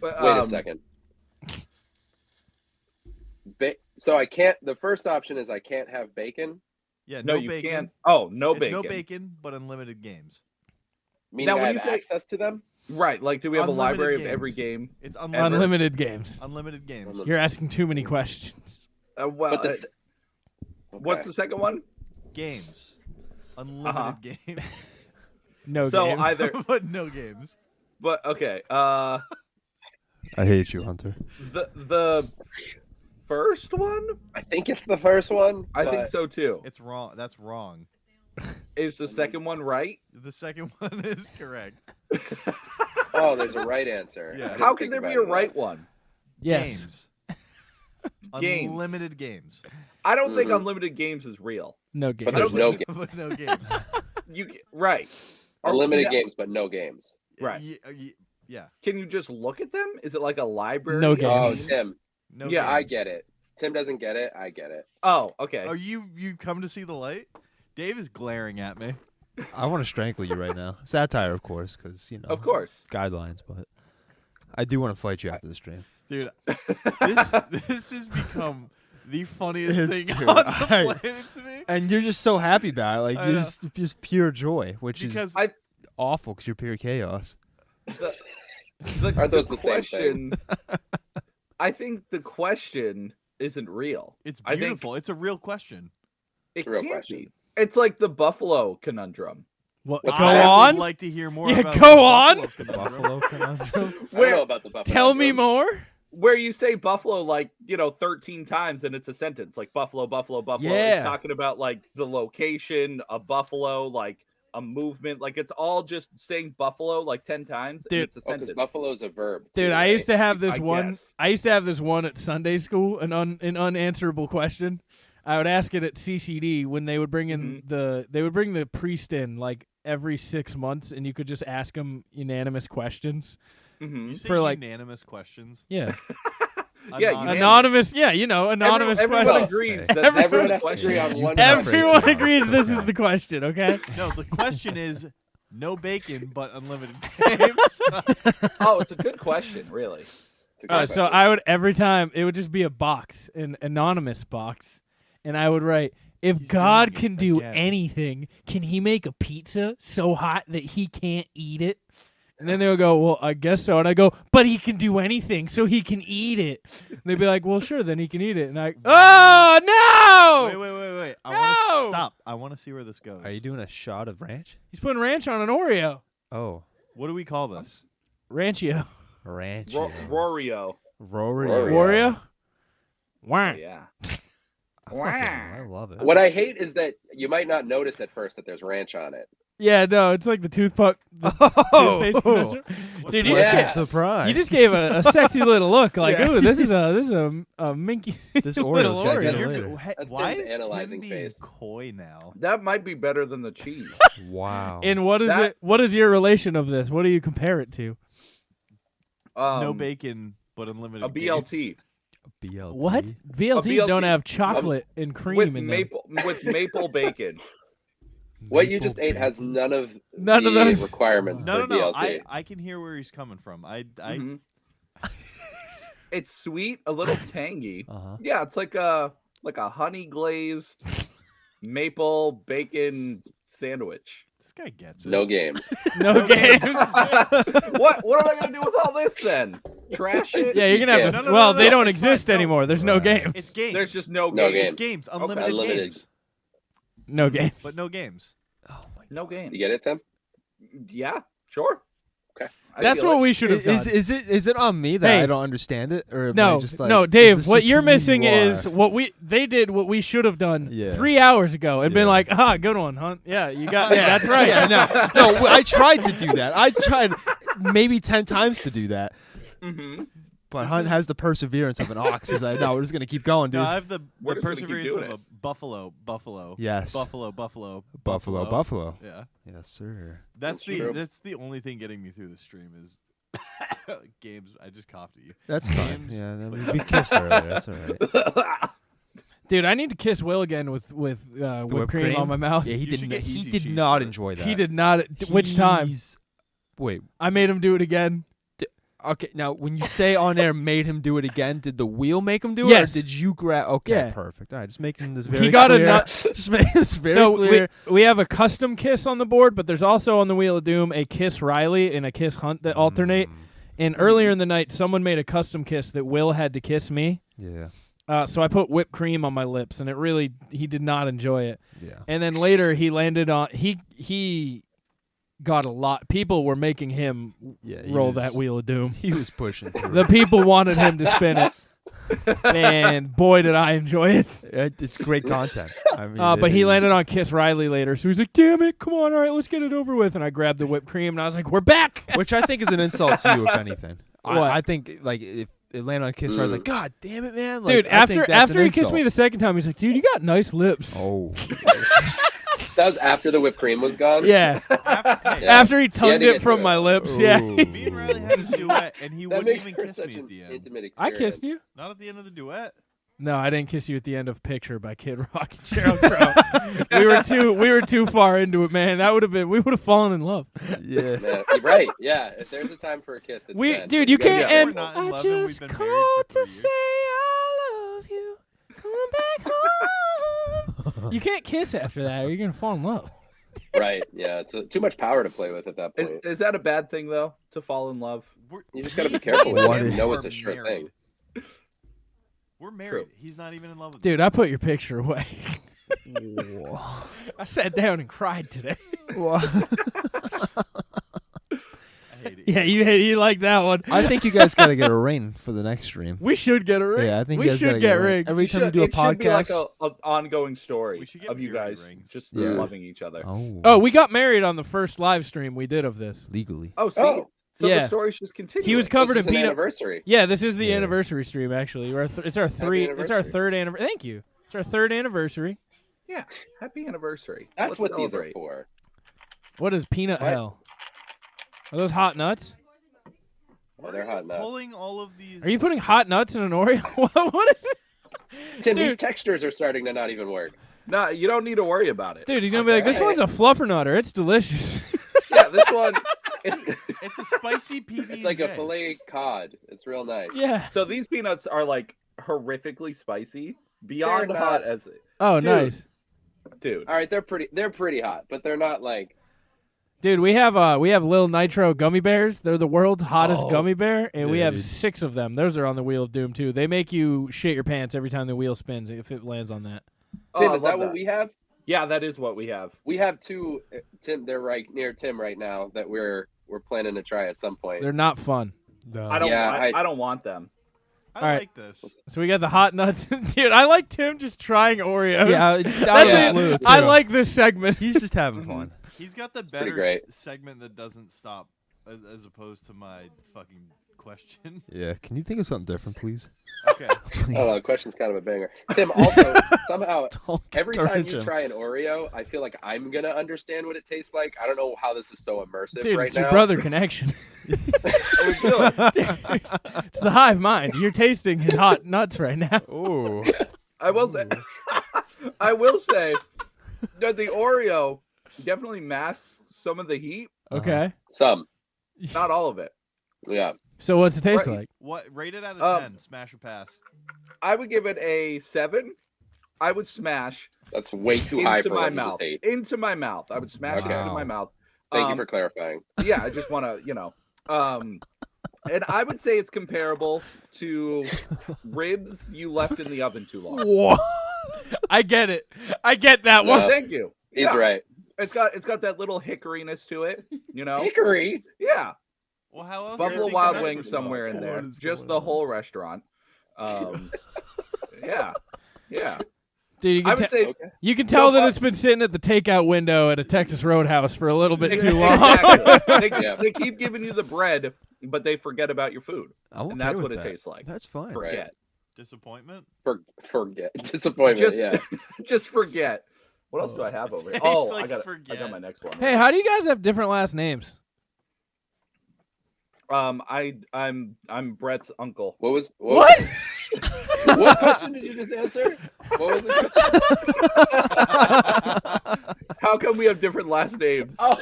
Speaker 6: But,
Speaker 8: Wait a
Speaker 6: um,
Speaker 8: second. Ba- so I can't. The first option is I can't have bacon.
Speaker 4: Yeah,
Speaker 6: No,
Speaker 4: no,
Speaker 6: you
Speaker 4: bacon.
Speaker 6: can't. Oh, no
Speaker 4: it's
Speaker 6: bacon.
Speaker 4: no bacon, but unlimited games.
Speaker 8: Meaning
Speaker 6: when
Speaker 8: I
Speaker 6: you
Speaker 8: have
Speaker 6: say-
Speaker 8: access to them.
Speaker 6: Right, like do we have
Speaker 4: Unlimited
Speaker 6: a library of every game?
Speaker 4: It's
Speaker 6: uh,
Speaker 4: unlimited.
Speaker 5: Unlimited games.
Speaker 4: Unlimited games.
Speaker 8: Unlimited.
Speaker 5: You're asking too many questions.
Speaker 6: Uh, well,
Speaker 8: But the,
Speaker 6: uh,
Speaker 8: s-
Speaker 6: what's
Speaker 8: Okay.
Speaker 6: the second one?
Speaker 4: Games. Unlimited
Speaker 6: Uh-huh.
Speaker 4: games.
Speaker 5: No
Speaker 6: So
Speaker 5: games.
Speaker 6: either-
Speaker 4: but no games.
Speaker 6: But okay, uh,
Speaker 4: I hate you, Hunter.
Speaker 6: the the first one,
Speaker 8: I think it's the first one.
Speaker 6: I think
Speaker 8: but
Speaker 6: so too.
Speaker 4: It's wrong. That's wrong.
Speaker 6: Is the second one right?
Speaker 4: The second one is correct.
Speaker 8: Oh, there's a right answer.
Speaker 4: Yeah.
Speaker 8: I didn't
Speaker 6: How can
Speaker 8: think
Speaker 6: there
Speaker 8: about
Speaker 6: be
Speaker 8: it
Speaker 6: a
Speaker 8: at all.
Speaker 6: right one?
Speaker 5: yes.
Speaker 4: Games.
Speaker 6: Games.
Speaker 4: Unlimited games.
Speaker 6: I don't think
Speaker 8: Mhm.
Speaker 6: unlimited games is real.
Speaker 5: No
Speaker 8: But
Speaker 5: games.
Speaker 8: there's no games.
Speaker 4: but no games.
Speaker 6: You ca- right? Or-
Speaker 8: Unlimited
Speaker 6: no,
Speaker 8: games, but no games.
Speaker 6: Right.
Speaker 4: Ye- uh, ye- Yeah.
Speaker 6: Can you just look at them? Is it like a library?
Speaker 5: No
Speaker 6: of
Speaker 5: games.
Speaker 8: Oh,
Speaker 5: Games.
Speaker 8: Tim,
Speaker 4: No
Speaker 8: yeah, I
Speaker 4: games.
Speaker 8: get it. Tim doesn't get it. I get it.
Speaker 6: Oh, okay.
Speaker 4: Are you you come to see the light? Dave is glaring at me.
Speaker 9: I want to strangle you right now. Satire, of course, because you know.
Speaker 6: Of course.
Speaker 9: Guidelines, but I do want to fight you after the stream.
Speaker 4: Dude, this this has become the funniest
Speaker 9: It's
Speaker 4: thing
Speaker 9: true.
Speaker 4: on the
Speaker 9: I-
Speaker 4: planet to me.
Speaker 9: And you're just so happy about it,
Speaker 4: I
Speaker 9: like you're
Speaker 4: know.
Speaker 9: just just pure joy, which
Speaker 4: Because
Speaker 9: is awful because you're pure chaos.
Speaker 6: The,
Speaker 8: Aren't those the same
Speaker 6: question,
Speaker 8: thing?
Speaker 6: I think the question isn't real.
Speaker 4: it's
Speaker 6: I think-
Speaker 4: beautiful. It's a real question.
Speaker 6: It
Speaker 8: a real
Speaker 6: can't
Speaker 8: question.
Speaker 6: be. It's like the buffalo conundrum.
Speaker 5: Well,
Speaker 8: What's
Speaker 5: go
Speaker 4: I would
Speaker 5: on.
Speaker 4: like to hear more
Speaker 5: Yeah,
Speaker 4: about
Speaker 5: go
Speaker 4: the Buffalo
Speaker 5: on.
Speaker 9: The
Speaker 4: conundrum.
Speaker 9: buffalo conundrum.
Speaker 8: I don't know about the Buffalo. oh,
Speaker 5: Tell me
Speaker 8: Bill.
Speaker 5: more.
Speaker 6: where you say buffalo like you know 13 times and it's a sentence like buffalo buffalo buffalo
Speaker 9: Yeah.
Speaker 6: it's talking about like the location a buffalo like a movement like it's all just saying buffalo like 10 times
Speaker 5: Dude.
Speaker 6: and it's a
Speaker 8: Oh, 'cause
Speaker 6: sentence
Speaker 8: Buffalo's a verb.
Speaker 5: Dude, I used to have this
Speaker 6: I
Speaker 5: one.
Speaker 6: guess.
Speaker 5: I used to have this one at Sunday school, an un, an unanswerable question. I would ask it at CCD when they would bring in
Speaker 6: Mm-hmm.
Speaker 5: the they would bring the priest in like every six months, and you could just ask him unanimous questions.
Speaker 6: Mhm.
Speaker 4: You say
Speaker 5: For, like-
Speaker 4: unanimous questions.
Speaker 5: Yeah,
Speaker 6: Yeah,
Speaker 4: Anonymous.
Speaker 5: anonymous. Yeah, you know, anonymous
Speaker 6: Every- everyone
Speaker 5: questions.
Speaker 6: agrees
Speaker 9: Okay.
Speaker 6: that this is
Speaker 8: Everyone
Speaker 6: a
Speaker 8: has to
Speaker 6: question.
Speaker 8: agree on
Speaker 9: You
Speaker 8: one. verb.
Speaker 9: can't phrase
Speaker 5: Everyone
Speaker 9: it.
Speaker 5: agrees this is
Speaker 9: Okay.
Speaker 5: the question. Okay.
Speaker 4: No, the question is no bacon but unlimited games.
Speaker 6: oh it's a good question really
Speaker 8: It's a good
Speaker 5: Uh, so
Speaker 8: question.
Speaker 5: I would every time it would just be a box, an anonymous box, and I would write, "If
Speaker 4: He's
Speaker 5: God
Speaker 4: doing it
Speaker 5: can do
Speaker 9: again."
Speaker 5: anything, can He make a pizza so hot that He can't eat it?" And then they would go, "Well, I guess so." And I go, "But He can do anything, so He can eat it." And they'd be like, "Well, sure, then He can eat it." And I, oh
Speaker 4: wait,
Speaker 5: no,
Speaker 4: wait, wait, wait. I
Speaker 5: No!
Speaker 4: want to stop. I want to see where this goes.
Speaker 9: Are you doing a shot of ranch?
Speaker 5: he's putting ranch on an Oreo,
Speaker 9: Oh,
Speaker 4: What do we call this?
Speaker 5: Ranchio,
Speaker 9: ranch.
Speaker 6: Ro- Rorio
Speaker 9: Rorio.
Speaker 4: Oh.
Speaker 8: Oreo.
Speaker 5: Oreo, wow.
Speaker 6: yeah
Speaker 9: I, fucking- I love it.
Speaker 8: What I hate is that you might not notice at first that there's ranch on it.
Speaker 5: Yeah, no, it's like the tooth puck. The
Speaker 4: Oh.
Speaker 5: toothpaste measure. Dude, you
Speaker 9: What
Speaker 5: just
Speaker 9: a
Speaker 8: Yeah.
Speaker 9: surprise.
Speaker 5: You just gave a, a sexy little look, like,
Speaker 9: Yeah.
Speaker 5: ooh, this is a this is a, a minky.
Speaker 9: This
Speaker 5: little
Speaker 9: Oreo's gotta
Speaker 5: Oreo.
Speaker 9: get
Speaker 4: Here's-
Speaker 9: later.
Speaker 4: wh-
Speaker 8: That's
Speaker 4: Why
Speaker 8: Tim's
Speaker 4: is Tim
Speaker 8: analyzing
Speaker 4: being
Speaker 8: face.
Speaker 4: coy now?
Speaker 6: that might be better than the cheese
Speaker 9: wow.
Speaker 5: And what is
Speaker 6: That-
Speaker 5: it? What is your relation of this? What do you compare it to?
Speaker 6: um,
Speaker 4: no bacon but unlimited.
Speaker 6: a blt
Speaker 9: BLT.
Speaker 5: What BLTs don't
Speaker 6: BLT.
Speaker 5: have chocolate and cream
Speaker 6: with
Speaker 5: in them.
Speaker 6: maple with maple bacon
Speaker 8: What you just
Speaker 9: Maple
Speaker 8: ate has none of
Speaker 5: None
Speaker 8: the
Speaker 5: of those.
Speaker 8: requirements.
Speaker 4: No, no,
Speaker 8: for
Speaker 4: no.
Speaker 8: BLT.
Speaker 4: I, I can hear where he's coming from. I, I
Speaker 6: Mhm. it's sweet, a little tangy.
Speaker 9: Uh-huh.
Speaker 6: Yeah, it's like a like a honey glazed maple bacon sandwich.
Speaker 4: this guy gets it.
Speaker 8: No games.
Speaker 5: No games.
Speaker 6: what what am I gonna do with all this then? Trash it?
Speaker 5: yeah, you're gonna have to.
Speaker 4: No, no, no,
Speaker 5: well,
Speaker 4: no,
Speaker 5: they
Speaker 4: no,
Speaker 5: don't
Speaker 4: it's fine,
Speaker 5: exist
Speaker 4: no.
Speaker 5: anymore. There's no
Speaker 9: Right.
Speaker 5: games.
Speaker 4: It's games.
Speaker 6: There's just no,
Speaker 8: No
Speaker 6: game.
Speaker 8: game.
Speaker 4: it's games. Unlimited
Speaker 8: Unlimited.
Speaker 4: games,
Speaker 5: no games.
Speaker 4: but no games.
Speaker 6: No game.
Speaker 8: You get it, Tim?
Speaker 6: Yeah, sure.
Speaker 8: Okay.
Speaker 6: I
Speaker 5: That's
Speaker 6: feel
Speaker 5: what
Speaker 6: it.
Speaker 5: we should have done.
Speaker 9: Is, is it is it on me that
Speaker 5: Hey.
Speaker 9: I don't understand it or am I
Speaker 5: no,
Speaker 9: just like,
Speaker 5: no,
Speaker 9: is
Speaker 5: Dave.
Speaker 9: this
Speaker 5: What
Speaker 9: just
Speaker 5: you're
Speaker 9: who you
Speaker 5: missing
Speaker 9: are?
Speaker 5: is what we they did. What we should have done
Speaker 9: Yeah.
Speaker 5: three hours ago and been
Speaker 9: Yeah.
Speaker 5: like, ah, good one, huh? Yeah, you got.
Speaker 9: Yeah.
Speaker 5: That's right.
Speaker 9: Yeah, no, no. w- I tried to do that. I tried maybe ten times to do that,
Speaker 6: Mhm.
Speaker 9: but Hunt has the perseverance of an ox. He's like, no, we're just gonna keep going, dude.
Speaker 4: No, I have the,
Speaker 6: We're
Speaker 4: the
Speaker 6: just gonna keep
Speaker 4: perseverance of
Speaker 6: doing
Speaker 4: a buffalo, buffalo.
Speaker 9: yes,
Speaker 4: Buffalo, buffalo,
Speaker 9: buffalo, buffalo.
Speaker 4: Yeah,
Speaker 9: Yes, sir.
Speaker 4: that's the
Speaker 8: true.
Speaker 4: that's the only thing getting me through the stream is games. I just coughed at you.
Speaker 9: That's fine.
Speaker 4: James.
Speaker 9: Yeah, that- we, we kissed earlier. That's all right.
Speaker 5: Dude, I need to kiss Will again with with uh, whipped, cream, on my mouth.
Speaker 9: Yeah, he
Speaker 4: You
Speaker 9: did.
Speaker 4: should
Speaker 9: Not,
Speaker 4: get
Speaker 9: he
Speaker 4: easy
Speaker 9: did
Speaker 4: cheese
Speaker 9: not
Speaker 4: for it.
Speaker 9: enjoy that.
Speaker 5: He did not. d- Which time?
Speaker 9: He's- Wait.
Speaker 5: I made him do it again.
Speaker 9: Okay. Now, when you say on air made him do it again, did the wheel make him do it,
Speaker 5: Yes.
Speaker 9: or did you grab? Okay,
Speaker 5: Yeah.
Speaker 9: perfect. All right, just making this very.
Speaker 5: got a
Speaker 9: clear.
Speaker 5: nut-
Speaker 9: Just making this very
Speaker 5: so
Speaker 9: clear.
Speaker 5: we we have a custom kiss on the board, but there's also on the Wheel of Doom a kiss Riley and a kiss Hunt that alternate.
Speaker 9: Mm.
Speaker 5: And earlier in the night, someone made a custom kiss that Will had to kiss me.
Speaker 9: yeah.
Speaker 5: Uh, so I put whipped cream on my lips, and it really he did not enjoy it.
Speaker 9: Yeah.
Speaker 5: And then later he landed on he he got a lot. People were making him
Speaker 9: Yeah. he
Speaker 5: roll
Speaker 9: was-
Speaker 5: that Wheel of Doom.
Speaker 9: He was pushing. through.
Speaker 5: The people wanted him to spin it. And boy, did I enjoy it.
Speaker 9: It- it's great content. I mean,
Speaker 5: Uh,
Speaker 9: it
Speaker 5: but he
Speaker 9: is-
Speaker 5: landed on Kiss Riley later, so he's like, "Damn it, come on, all right, let's get it over with." And I grabbed the whipped cream, and I was like, "We're back."
Speaker 9: which I think is an insult to you, if anything.
Speaker 5: What?
Speaker 9: I, I think like if it landed on kiss, I was like,
Speaker 8: Mm.
Speaker 9: God damn it, man! Like,
Speaker 5: Dude,
Speaker 9: I think
Speaker 5: after
Speaker 9: that's an Oh.
Speaker 5: after he kissed
Speaker 9: insult.
Speaker 5: me the second time, he's like, "Dude, you got nice lips."
Speaker 9: Oh.
Speaker 8: That was after the whipped cream was gone.
Speaker 5: Yeah.
Speaker 4: After, hey,
Speaker 8: Yeah.
Speaker 5: After he tongued
Speaker 8: to
Speaker 5: it
Speaker 8: get
Speaker 5: from
Speaker 8: through
Speaker 5: my
Speaker 8: it.
Speaker 5: lips. Yeah.
Speaker 4: Me and Riley had a duet, and he
Speaker 8: That
Speaker 4: wouldn't
Speaker 8: makes
Speaker 4: even
Speaker 8: for
Speaker 4: kiss
Speaker 8: such
Speaker 4: me at
Speaker 8: an
Speaker 4: the end.
Speaker 8: intimate experience.
Speaker 5: I kissed you.
Speaker 4: Not at the end of the duet.
Speaker 5: No, I didn't kiss you at the end of Picture by Kid Rock and Cheryl Crow. we were too we were too far into it, man. That would have been we would have fallen in love.
Speaker 9: Yeah.
Speaker 8: Yeah, you're right. Yeah. If there's a time for a kiss, it's
Speaker 5: We
Speaker 8: then.
Speaker 5: dude, you
Speaker 8: gotta
Speaker 5: can't
Speaker 8: get
Speaker 4: we're
Speaker 5: end
Speaker 4: not in
Speaker 5: I
Speaker 4: love and we've
Speaker 5: just
Speaker 4: been married
Speaker 5: called
Speaker 4: for
Speaker 5: to
Speaker 4: three
Speaker 5: say I love you. Come back home. you can't kiss after that or you're gonna fall in love.
Speaker 8: Right. Yeah. It's a, too much power to play with at that
Speaker 6: Is,
Speaker 8: point.
Speaker 6: is that a bad thing though? To fall in love?
Speaker 4: We're,
Speaker 8: You just gotta be
Speaker 4: we-
Speaker 8: careful with
Speaker 4: we
Speaker 8: it. You know
Speaker 4: were
Speaker 8: it's a sure
Speaker 4: married.
Speaker 8: thing.
Speaker 4: We're married. He's not even in love with me.
Speaker 5: Dude, I put your picture away. I sat down and cried today.
Speaker 4: I hate it.
Speaker 5: Yeah, you you like that one.
Speaker 9: I think you guys gotta get a ring for the next stream.
Speaker 5: we should get a ring.
Speaker 9: Yeah, I think
Speaker 5: we
Speaker 9: you guys
Speaker 5: should
Speaker 9: gotta
Speaker 5: get
Speaker 9: a ring.
Speaker 5: rings.
Speaker 9: Every time you
Speaker 6: should-
Speaker 9: do a
Speaker 6: it should be
Speaker 9: podcast.
Speaker 6: like a, a ongoing story
Speaker 4: We should get
Speaker 6: of you
Speaker 4: purity
Speaker 6: guys
Speaker 4: rings.
Speaker 6: just
Speaker 9: Yeah.
Speaker 6: loving each other. Oh,
Speaker 9: oh.
Speaker 5: Oh, we got married on the first live stream we did of this.
Speaker 9: legally.
Speaker 6: see,
Speaker 8: Oh,
Speaker 6: so
Speaker 5: yeah.
Speaker 6: the story's just continuing.
Speaker 5: He was covered
Speaker 8: This
Speaker 5: in
Speaker 8: is an
Speaker 5: peanut.
Speaker 8: anniversary.
Speaker 5: Yeah, this is the
Speaker 9: Yeah.
Speaker 5: anniversary stream actually. Our th- it's our three. It's our
Speaker 8: anniversary.
Speaker 5: third anniversary. Thank you. It's our third anniversary.
Speaker 6: Yeah, happy anniversary.
Speaker 8: That's
Speaker 6: Let's
Speaker 8: what these are
Speaker 6: celebrate.
Speaker 8: for.
Speaker 5: What is peanut
Speaker 8: What?
Speaker 5: hell? Are those hot nuts?
Speaker 8: Oh, they're hot enough.
Speaker 4: Pulling all of these.
Speaker 5: Are you putting hot nuts in an Oreo? what, what is?
Speaker 8: Tim, these
Speaker 5: Dude.
Speaker 8: textures are starting to not even work.
Speaker 6: No, you don't need to worry about it.
Speaker 5: Dude, he's gonna be like, this
Speaker 8: Okay.
Speaker 5: one's a fluffernutter. It's delicious.
Speaker 6: yeah, this one. It's,
Speaker 4: It's a spicy PB.
Speaker 8: It's like a filet cod. It's real nice.
Speaker 5: yeah.
Speaker 6: so these peanuts are like horrifically spicy, beyond
Speaker 8: They're
Speaker 6: hot
Speaker 8: not.
Speaker 6: as
Speaker 5: Oh,
Speaker 6: Dude.
Speaker 5: nice,
Speaker 6: dude.
Speaker 8: All right, they're pretty. They're pretty hot, but they're not like.
Speaker 5: dude. We have uh, we have little nitro gummy bears. They're the world's hottest
Speaker 6: Oh.
Speaker 5: gummy bear, and we have
Speaker 9: Dude.
Speaker 5: six of them. Those are on the wheel of doom too. They make you shit your pants every time the wheel spins if it lands on that.
Speaker 6: Oh,
Speaker 8: Tim,
Speaker 6: I
Speaker 8: is
Speaker 6: love
Speaker 8: that what we have?
Speaker 6: Yeah, that is what we have.
Speaker 8: We have two. uh, Tim, they're right near Tim right now that we're we're planning to try at some point.
Speaker 5: They're not fun.
Speaker 6: I don't.
Speaker 8: Yeah,
Speaker 6: want,
Speaker 8: I-
Speaker 6: I, don't want them.
Speaker 4: I
Speaker 5: All right.
Speaker 4: like this.
Speaker 5: So we got the hot nuts, dude. I like Tim just trying Oreos.
Speaker 9: Yeah, it's out
Speaker 5: That's
Speaker 9: of the
Speaker 5: it.
Speaker 9: blue,
Speaker 5: I
Speaker 9: too.
Speaker 5: like Mm-hmm. this segment.
Speaker 9: He's just having fun.
Speaker 4: He's got the
Speaker 8: pretty
Speaker 4: better
Speaker 8: great.
Speaker 4: s- segment that doesn't stop, as, as opposed to my fucking question.
Speaker 9: Yeah. Can you think of something different, please?
Speaker 4: Okay.
Speaker 8: I don't know. the Oh, Question's kind of a banger. Tim, also somehow
Speaker 9: Don't
Speaker 8: every
Speaker 9: turn
Speaker 8: time
Speaker 9: to
Speaker 8: you
Speaker 9: him.
Speaker 8: try an Oreo, I feel like I'm gonna understand what it tastes like. I don't know how this is so immersive
Speaker 5: Dude,
Speaker 8: right
Speaker 5: it's
Speaker 8: now.
Speaker 5: your brother connection.
Speaker 6: What Oh, we doing?
Speaker 5: it's the hive mind. You're tasting his hot nuts right now.
Speaker 9: Oh,
Speaker 6: I will say, I will say that the Oreo definitely masks some of the heat,
Speaker 5: Okay.
Speaker 8: Some,
Speaker 6: not all of it.
Speaker 8: yeah.
Speaker 5: So what's it taste
Speaker 6: Right.
Speaker 5: like?
Speaker 4: What rated out of
Speaker 6: Um,
Speaker 4: ten? Smash or pass?
Speaker 6: I would give it a seven. I would smash
Speaker 8: That's way too
Speaker 6: into
Speaker 8: high for
Speaker 6: my
Speaker 8: what you
Speaker 6: mouth.
Speaker 8: just ate.
Speaker 6: Into my mouth. I would smash it into
Speaker 9: Wow.
Speaker 6: my mouth.
Speaker 8: Thank you
Speaker 6: Um,
Speaker 8: for clarifying.
Speaker 6: yeah, I just want to, you know. Um, and I would say it's comparable to ribs you left in the oven too long.
Speaker 5: I get it. I get that
Speaker 8: No.
Speaker 5: one.
Speaker 6: Thank you.
Speaker 8: He's
Speaker 6: yeah.
Speaker 8: right.
Speaker 6: It's got it's got that little hickoryness to it, you know.
Speaker 8: Hickory.
Speaker 6: Yeah,
Speaker 4: Well, how else? do you
Speaker 6: Buffalo
Speaker 4: think
Speaker 6: Wild
Speaker 4: that's
Speaker 6: Wings
Speaker 4: what
Speaker 6: somewhere
Speaker 4: it
Speaker 6: in
Speaker 4: was?
Speaker 6: there.
Speaker 9: What is
Speaker 6: Just
Speaker 9: going
Speaker 6: the
Speaker 9: on?
Speaker 6: whole restaurant. Um, yeah, yeah.
Speaker 5: Dude, you
Speaker 6: I
Speaker 5: can,
Speaker 6: would
Speaker 5: te-
Speaker 6: say
Speaker 8: Okay.
Speaker 5: you can tell that
Speaker 6: what-
Speaker 5: it's been sitting at the takeout window at a Texas Roadhouse for a little bit too long.
Speaker 6: Exactly. they,
Speaker 8: Yeah.
Speaker 6: they keep giving you the bread, but they forget about your food,
Speaker 9: I'm okay
Speaker 6: and that's
Speaker 9: with
Speaker 6: what it
Speaker 9: that.
Speaker 6: tastes like.
Speaker 9: That's fine.
Speaker 8: Right.
Speaker 6: Forget,
Speaker 4: Disappointment.
Speaker 8: For, forget disappointment.
Speaker 6: Just-
Speaker 8: yeah.
Speaker 6: just forget. What else do I have over here?
Speaker 4: Tastes
Speaker 6: Oh, I
Speaker 4: like
Speaker 6: got I
Speaker 4: forget.
Speaker 6: got my next one.
Speaker 5: hey, how do you guys have different last names?
Speaker 6: Um, I I'm I'm Brett's uncle.
Speaker 8: What was what? What, question did you just answer? What was it?
Speaker 6: How come we have different last names?
Speaker 8: Oh.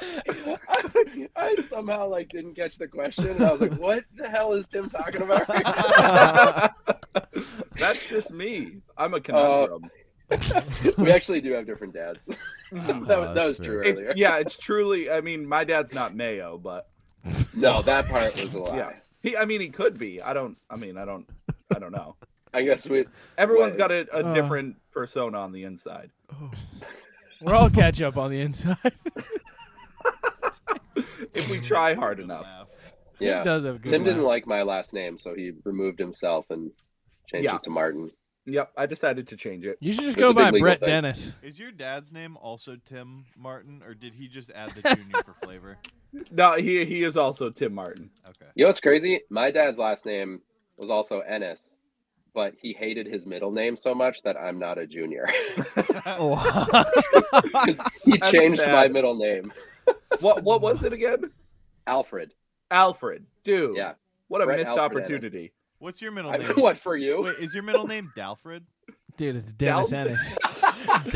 Speaker 8: I, somehow like didn't catch the question. And I was like, "What the hell is Tim talking about?" right now?"
Speaker 6: That's just me. I'm a conundrum.
Speaker 8: we actually do have different dads. that, was that
Speaker 9: Oh, that's
Speaker 8: was true
Speaker 9: fair.
Speaker 8: earlier.
Speaker 6: Mm-hmm. It's, yeah, it's truly. I mean, my dad's not Mayo, but
Speaker 8: No, that part was a lie.
Speaker 6: yeah, he. I mean, he could be. I don't. I mean, I don't. I don't know.
Speaker 8: I guess we.
Speaker 6: Everyone's
Speaker 8: Wait.
Speaker 6: got a, a
Speaker 5: Uh.
Speaker 6: different persona on the inside.
Speaker 5: We're all catch up on the inside.
Speaker 6: If we try hard enough.
Speaker 4: Laugh.
Speaker 8: Yeah.
Speaker 5: It does have a good
Speaker 8: Tim didn't
Speaker 5: laugh.
Speaker 8: like my last name, so he removed himself and changed
Speaker 6: Yeah.
Speaker 8: it to Martin.
Speaker 6: Yep, I decided to change it.
Speaker 5: You should just
Speaker 8: It's
Speaker 5: go
Speaker 8: a big
Speaker 5: by
Speaker 8: legal
Speaker 5: Brett
Speaker 8: thing.
Speaker 5: Dennis.
Speaker 4: Is your dad's name also Tim Martin, or did he just add the junior for flavor?
Speaker 6: No, he he is also Tim Martin.
Speaker 4: Okay.
Speaker 8: You know what's crazy? My dad's last name was also Ennis, but he hated his middle name so much that I'm not a junior
Speaker 9: Oh.
Speaker 8: because he
Speaker 6: That's
Speaker 8: changed
Speaker 6: bad.
Speaker 8: my middle name,
Speaker 6: What what was it again?
Speaker 8: Alfred.
Speaker 6: Alfred. Dude.
Speaker 8: Yeah.
Speaker 6: What a
Speaker 8: Brett
Speaker 6: missed
Speaker 8: Alfred
Speaker 6: opportunity.
Speaker 4: What's your
Speaker 6: Oh,
Speaker 4: middle
Speaker 8: I,
Speaker 4: name?
Speaker 8: what for you?
Speaker 4: Wait, is your middle name Dalfred?
Speaker 5: Dude, it's Dennis
Speaker 6: Del-
Speaker 5: Ennis.
Speaker 9: Dennis.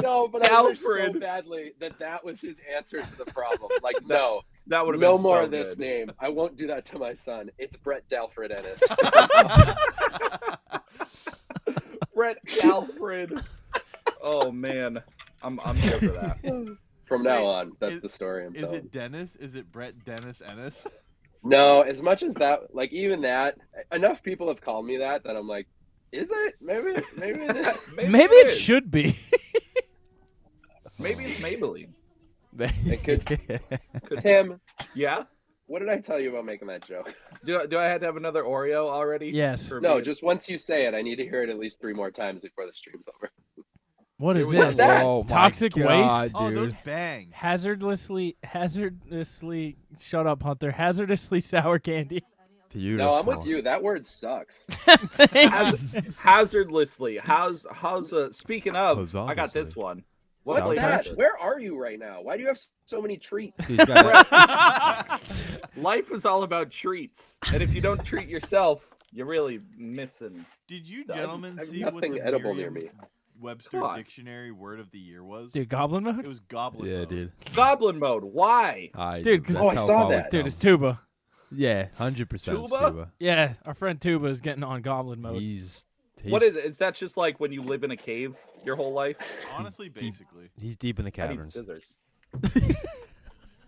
Speaker 8: no, but I wish so
Speaker 6: Alfred.
Speaker 8: badly that that was his answer to the problem. Like, no,
Speaker 6: That would have
Speaker 8: no
Speaker 6: been
Speaker 8: more
Speaker 6: so
Speaker 8: of this
Speaker 6: good.
Speaker 8: name. I won't do that to my son. It's Brett Dalfred Ennis.
Speaker 6: Brett Alfred. oh man, I'm I'm here for that.
Speaker 8: From now on, that's
Speaker 4: is-
Speaker 8: the story I'm
Speaker 4: Is
Speaker 8: telling.
Speaker 4: it Dennis? Is it Brett Dennis Ennis?
Speaker 8: No, as much as that, like even that, enough people have called me that that I'm like, is it? Maybe, maybe it is.
Speaker 5: Maybe it should be.
Speaker 6: Maybe it's Maybelline. Could-
Speaker 8: Tim,
Speaker 6: yeah.
Speaker 8: what did I tell you about making that joke?
Speaker 6: Do I- do I have to have another Oreo already?
Speaker 5: Yes.
Speaker 6: For
Speaker 8: No,
Speaker 6: me?
Speaker 8: just once you say it, I need to hear it at least three more times before the stream's over.
Speaker 5: What is
Speaker 6: Here we
Speaker 5: this?
Speaker 8: go.
Speaker 9: Oh my
Speaker 5: Toxic
Speaker 9: God,
Speaker 5: waste?
Speaker 4: Oh, those
Speaker 9: dude.
Speaker 4: bang.
Speaker 5: Hazardously, hazardously, shut up, Hunter. Hazardously sour candy.
Speaker 9: Beautiful.
Speaker 8: No, I'm with you. That word sucks.
Speaker 6: Haz- hazardlessly. How's how's uh, speaking of? I got this
Speaker 9: Hazardously.
Speaker 6: one.
Speaker 8: What's
Speaker 6: Like-
Speaker 8: that? Where are you right now? Why do you have so many treats?
Speaker 9: Dude, you got that-
Speaker 6: Life is all about treats, and if you don't treat yourself, you're really missing.
Speaker 4: Did you
Speaker 6: I have-
Speaker 4: gentlemen
Speaker 8: I have
Speaker 4: see what
Speaker 8: nothing
Speaker 4: the
Speaker 8: edible near
Speaker 4: Merriam
Speaker 8: me.
Speaker 4: Webster
Speaker 6: Come on.
Speaker 4: Dictionary word of the year was?
Speaker 5: Dude, goblin
Speaker 4: it
Speaker 5: mode?
Speaker 4: was goblin.
Speaker 9: yeah,
Speaker 4: mode.
Speaker 9: dude.
Speaker 6: Goblin mode. Why?
Speaker 9: I,
Speaker 5: Dude, 'cause-
Speaker 9: that's
Speaker 8: Oh, I
Speaker 9: how
Speaker 8: saw
Speaker 9: far we've
Speaker 8: that.
Speaker 5: Dude,
Speaker 9: come.
Speaker 5: it's Tuba.
Speaker 9: yeah, hundred percent.
Speaker 6: Tuba?
Speaker 9: Tuba.
Speaker 5: Yeah, our friend Tuba is getting on goblin mode.
Speaker 9: He's, he's
Speaker 6: What is it? Is that just like when you live in a cave your whole life?
Speaker 4: Honestly,
Speaker 9: Deep-
Speaker 4: basically,
Speaker 9: He's deep in the
Speaker 6: I need
Speaker 9: caverns.
Speaker 6: scissors.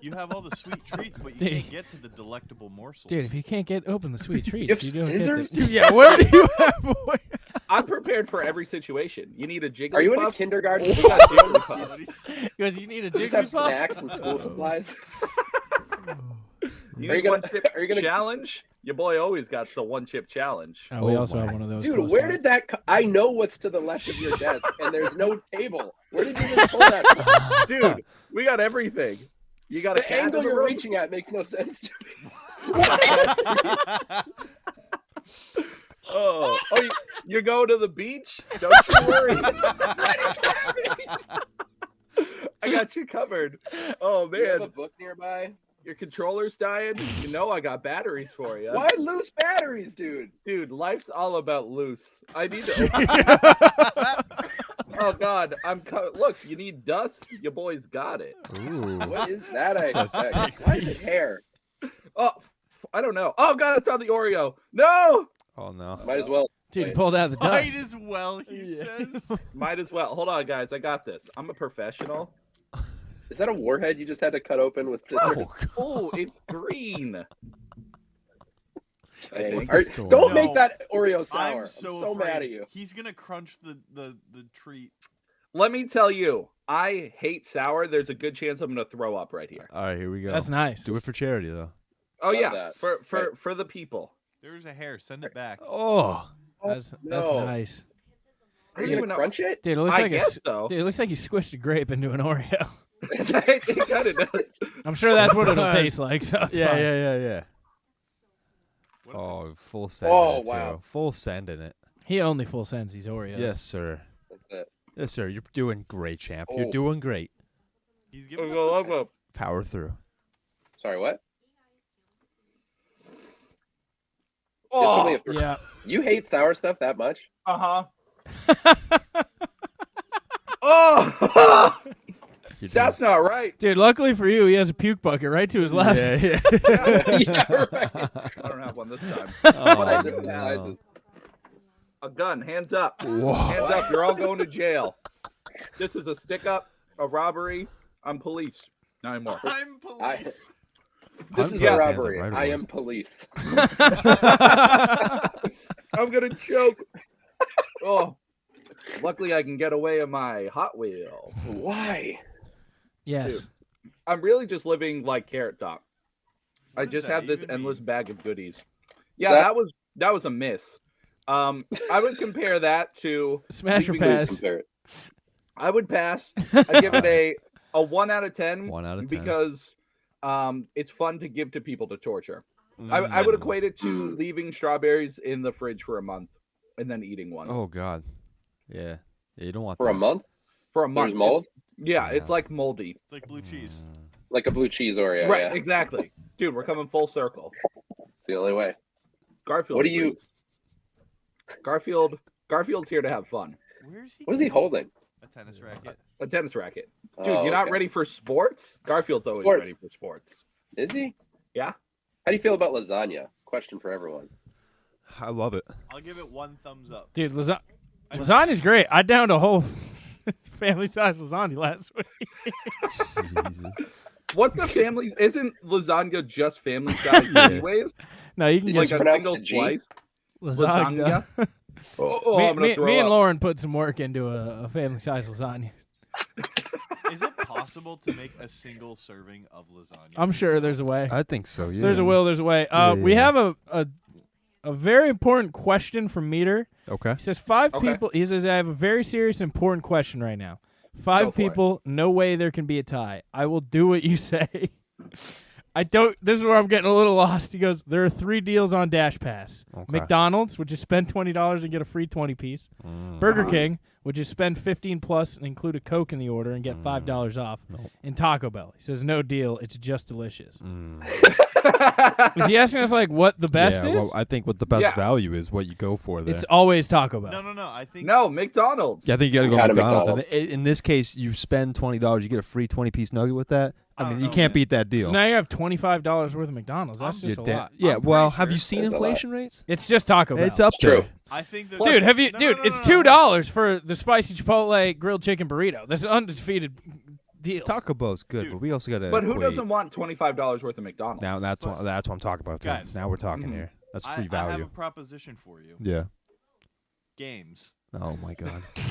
Speaker 4: you have all the sweet treats, but you
Speaker 5: Dude.
Speaker 4: can't get to the delectable morsels.
Speaker 5: Dude, if you can't get open the sweet treats,
Speaker 8: You have
Speaker 5: you don't get
Speaker 8: scissors?
Speaker 5: the-
Speaker 9: yeah, where do you have?
Speaker 6: I'm prepared for every situation. You need a jigglypuff.
Speaker 8: Are you in a kindergarten?
Speaker 6: You got Jigglypuff.
Speaker 5: Because you need a
Speaker 8: Do you just have
Speaker 5: jigglypuff?
Speaker 8: snacks and school supplies?
Speaker 6: You
Speaker 8: Are you
Speaker 6: need one
Speaker 8: gonna-
Speaker 6: chip
Speaker 8: are you gonna-
Speaker 6: challenge? Your boy always got the one chip challenge.
Speaker 5: Oh, we
Speaker 9: Oh
Speaker 5: also
Speaker 9: my-
Speaker 5: have one of those.
Speaker 8: Dude,
Speaker 5: close
Speaker 8: where
Speaker 5: by.
Speaker 8: did that? Co- I know what's to the left of your desk, and there's no table. Where did you even pull that? From?
Speaker 6: Dude, we got everything. You got a
Speaker 8: The
Speaker 6: cat
Speaker 8: angle
Speaker 6: in the
Speaker 8: you're
Speaker 6: room?
Speaker 8: reaching at makes no sense. To me.
Speaker 6: Oh, oh, you, you go to the beach? Don't you worry. I got you covered. Oh
Speaker 8: Do you have a
Speaker 6: man,
Speaker 8: book nearby?
Speaker 6: your controller's dying. You know I got batteries for you,
Speaker 8: Why loose batteries, dude?
Speaker 6: dude. Life's all about loose. I need to. oh God, I'm co- look. You need dust. Your boy's got it.
Speaker 9: Ooh.
Speaker 8: What is that? I expect. Why is it hair?
Speaker 6: Oh, I don't know. Oh God, it's on the Oreo. No,
Speaker 9: Oh no.
Speaker 8: Might as well.
Speaker 5: Dude, he pulled out the
Speaker 4: Might
Speaker 5: dust.
Speaker 4: as well, he says.
Speaker 6: might as well. Hold on, guys. I got this. I'm a professional.
Speaker 8: Is that a warhead you just had to cut open with scissors?
Speaker 6: Oh, it's green.
Speaker 8: Dang.
Speaker 9: think
Speaker 8: Are-
Speaker 9: it's cool.
Speaker 8: don't
Speaker 4: No.
Speaker 8: make that Oreo sour.
Speaker 4: I'm so,
Speaker 8: mad
Speaker 4: afraid.
Speaker 8: at you.
Speaker 4: He's gonna crunch the the the treat.
Speaker 6: Let me tell you, I hate sour. There's a good chance I'm gonna throw up right here.
Speaker 9: All right, here we go.
Speaker 5: That's nice.
Speaker 9: Do it for charity though.
Speaker 6: Oh
Speaker 8: Love
Speaker 6: yeah,
Speaker 8: that.
Speaker 6: for for
Speaker 8: Right.
Speaker 6: for the people.
Speaker 4: There's a hair. Send it back.
Speaker 9: Oh,
Speaker 5: That's, that's
Speaker 8: No.
Speaker 5: nice.
Speaker 6: I
Speaker 8: Are
Speaker 6: don't
Speaker 8: you
Speaker 6: even know-
Speaker 8: gonna crunch it?
Speaker 5: Dude, it looks
Speaker 6: I
Speaker 5: like a
Speaker 6: guess
Speaker 5: s-
Speaker 6: so.
Speaker 5: dude, it looks like you squished a grape into an Oreo.
Speaker 6: it kind of does.
Speaker 5: I'm sure that's what it'll
Speaker 9: Nice.
Speaker 5: taste like. So it's
Speaker 9: yeah,
Speaker 5: fine.
Speaker 9: yeah, yeah, yeah.
Speaker 4: What if
Speaker 9: Oh,
Speaker 4: it's-
Speaker 9: full send.
Speaker 8: Oh,
Speaker 9: in it,
Speaker 8: wow.
Speaker 9: Too. Full send in it.
Speaker 5: He only full sends these Oreos.
Speaker 9: Yes, sir.
Speaker 8: That's it.
Speaker 9: Yes, sir. You're doing great, champ. You're
Speaker 8: Oh.
Speaker 9: doing great.
Speaker 4: he's
Speaker 6: Go,
Speaker 4: giving us
Speaker 6: go,
Speaker 4: the-
Speaker 6: go.
Speaker 9: Power through.
Speaker 8: Sorry, what? It's only
Speaker 6: Oh,
Speaker 8: a three.
Speaker 5: Yeah.
Speaker 8: You hate sour stuff that much?
Speaker 6: uh huh. oh,
Speaker 9: You're doing-
Speaker 6: that's not right.
Speaker 5: Dude, luckily for you, he has a puke bucket right to his left.
Speaker 9: Yeah, yeah.
Speaker 8: Yeah, right.
Speaker 6: I don't have one this time.
Speaker 9: Oh,
Speaker 8: Different
Speaker 9: no.
Speaker 8: sizes.
Speaker 6: A gun. Hands up.
Speaker 9: Whoa.
Speaker 6: Hands up. You're all going to jail. This is a stick up, a robbery. I'm police. Not anymore.
Speaker 4: I'm police.
Speaker 8: This
Speaker 9: I'm
Speaker 8: is
Speaker 9: putting
Speaker 8: a
Speaker 9: his hands up
Speaker 8: robbery.
Speaker 9: right
Speaker 8: I
Speaker 9: away.
Speaker 8: am police.
Speaker 6: I'm gonna choke. Oh, luckily I can get away in my Hot Wheel.
Speaker 8: Why?
Speaker 5: Yes.
Speaker 6: I'm really just living like Carrot Top. I
Speaker 4: What does
Speaker 6: just
Speaker 4: that
Speaker 6: have this
Speaker 4: even
Speaker 6: endless
Speaker 4: mean?
Speaker 6: bag of goodies. Yeah,
Speaker 8: that-
Speaker 6: that... was that was a miss. Um, I would compare that to
Speaker 5: Smash or
Speaker 6: Leaving
Speaker 8: Please
Speaker 5: pass.
Speaker 8: compare it.
Speaker 6: I would pass. I give it a a one out of ten
Speaker 9: One out of ten.
Speaker 6: because um, it's fun to give to people to torture.
Speaker 9: Mm, Mm-hmm.
Speaker 6: I, I would equate it to
Speaker 8: Mm.
Speaker 6: leaving strawberries in the fridge for a month and then eating one
Speaker 9: Oh God. Yeah. Yeah, you don't want
Speaker 8: for
Speaker 9: that.
Speaker 8: a month.
Speaker 6: for a month.
Speaker 8: There's mold,
Speaker 6: Yeah, it's
Speaker 9: Yeah.
Speaker 6: like moldy.
Speaker 4: It's like blue cheese.
Speaker 9: Mm.
Speaker 8: like a blue cheese Oreo.
Speaker 6: right,
Speaker 8: yeah.
Speaker 6: exactly. Dude, we're coming full circle.
Speaker 8: It's the only way.
Speaker 6: Garfield.
Speaker 8: What do you-
Speaker 6: agrees. Garfield. Garfield's here to have fun.
Speaker 5: Mm.
Speaker 4: Where is he?
Speaker 8: What is he
Speaker 4: getting
Speaker 8: holding?
Speaker 4: A tennis racket.
Speaker 6: A tennis racket. Dude,
Speaker 8: Oh,
Speaker 6: you're not
Speaker 8: okay.
Speaker 6: ready for sports? Garfield's always
Speaker 8: Sports.
Speaker 6: ready for sports.
Speaker 8: Is he?
Speaker 6: Yeah.
Speaker 8: How do you feel about lasagna? Question for everyone.
Speaker 9: I love it.
Speaker 4: I'll give it one thumbs up.
Speaker 5: Dude, lasa- lasagna's great. I downed a whole family size lasagna last week.
Speaker 9: Jesus.
Speaker 6: What's a family? Isn't lasagna just family size, anyways?
Speaker 5: No, you can
Speaker 8: Like
Speaker 5: get
Speaker 6: like
Speaker 8: a-
Speaker 6: a
Speaker 8: pronounce
Speaker 6: single
Speaker 8: the G?
Speaker 6: slice.
Speaker 5: lasagna.
Speaker 6: Oh, oh,
Speaker 5: me
Speaker 6: I'm gonna
Speaker 5: me-
Speaker 6: throw
Speaker 5: me and
Speaker 6: up.
Speaker 5: Lauren put some work into a, a family size lasagna.
Speaker 4: Is it possible to make a single serving of lasagna?
Speaker 5: I'm sure there's a way.
Speaker 9: I think so. Yeah.
Speaker 5: There's a will, there's a way. Uh,
Speaker 9: Yeah,
Speaker 5: we
Speaker 9: yeah.
Speaker 5: have a, a a very important question from Meter.
Speaker 9: Okay.
Speaker 5: He says five
Speaker 6: Okay.
Speaker 5: people. He says I have a very serious, important question right now. Five
Speaker 6: Go for it.
Speaker 5: people. No way there can be a tie. I will do what you say. I don't. This is where I'm getting a little lost. He goes, there are three deals on Dash Pass:
Speaker 9: Okay.
Speaker 5: McDonald's, which is spend twenty dollars and get a free twenty piece;
Speaker 9: Mm.
Speaker 5: Burger King, which is spend fifteen plus and include a Coke in the order and get
Speaker 9: Mm.
Speaker 5: five dollars off; and Taco Bell. He says no deal. It's just delicious.
Speaker 9: Mm.
Speaker 5: Is he asking us like what the best
Speaker 9: yeah,
Speaker 5: is?
Speaker 9: Well, I think what the best
Speaker 6: Yeah.
Speaker 9: value is what you go for there.
Speaker 5: it's always Taco Bell.
Speaker 4: No, no, no. I think
Speaker 6: No, McDonald's.
Speaker 9: yeah, I think you gotta go
Speaker 8: Gotta
Speaker 9: McDonald's. And i- in this case, you spend twenty dollars, you get a free twenty piece nugget with that. I,
Speaker 4: I
Speaker 9: mean,
Speaker 4: don't
Speaker 9: you
Speaker 4: know,
Speaker 9: can't
Speaker 4: man.
Speaker 9: beat that deal.
Speaker 5: So now you have twenty five dollars worth of McDonald's. That's
Speaker 9: You're
Speaker 5: just a
Speaker 9: da-
Speaker 5: lot.
Speaker 9: Yeah.
Speaker 4: I'm pretty
Speaker 9: well, have
Speaker 4: sure.
Speaker 9: you seen
Speaker 8: That's a lot.
Speaker 9: inflation rates?
Speaker 5: It's just Taco Bell.
Speaker 9: It's up
Speaker 8: It's true.
Speaker 9: there.
Speaker 4: I think that
Speaker 5: Dude, have you
Speaker 4: No, no,
Speaker 5: dude,
Speaker 4: no,
Speaker 5: it's
Speaker 4: no, no.
Speaker 5: two dollars for the spicy Chipotle grilled chicken burrito. That's an undefeated deal.
Speaker 9: Taco Bell's good, but we also gotta.
Speaker 6: But who
Speaker 9: equate-
Speaker 6: doesn't want twenty-five dollars worth of McDonald's?
Speaker 9: Now that's what that's what I'm talking about. Too.
Speaker 4: Guys. mm-hmm.
Speaker 9: now we're talking
Speaker 6: Mhm.
Speaker 9: here. That's
Speaker 4: I-
Speaker 9: free
Speaker 4: I have a
Speaker 9: value.
Speaker 4: proposition for you.
Speaker 9: Yeah.
Speaker 4: Games.
Speaker 9: Oh my god. Oh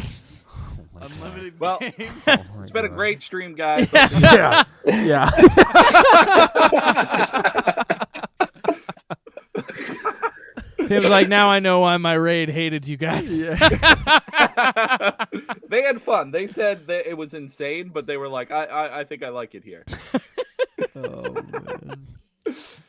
Speaker 9: my God.
Speaker 4: Unlimited
Speaker 6: Well-
Speaker 4: games.
Speaker 9: Oh my
Speaker 6: It's been a
Speaker 9: God.
Speaker 5: uh,
Speaker 6: great stream, guys.
Speaker 9: yeah. Yeah.
Speaker 5: Tim's like, now I know why my raid hated you guys.
Speaker 9: yeah.
Speaker 6: they had fun. They said that it was insane, but they were like, I, I, I think I like it here.
Speaker 9: Oh man.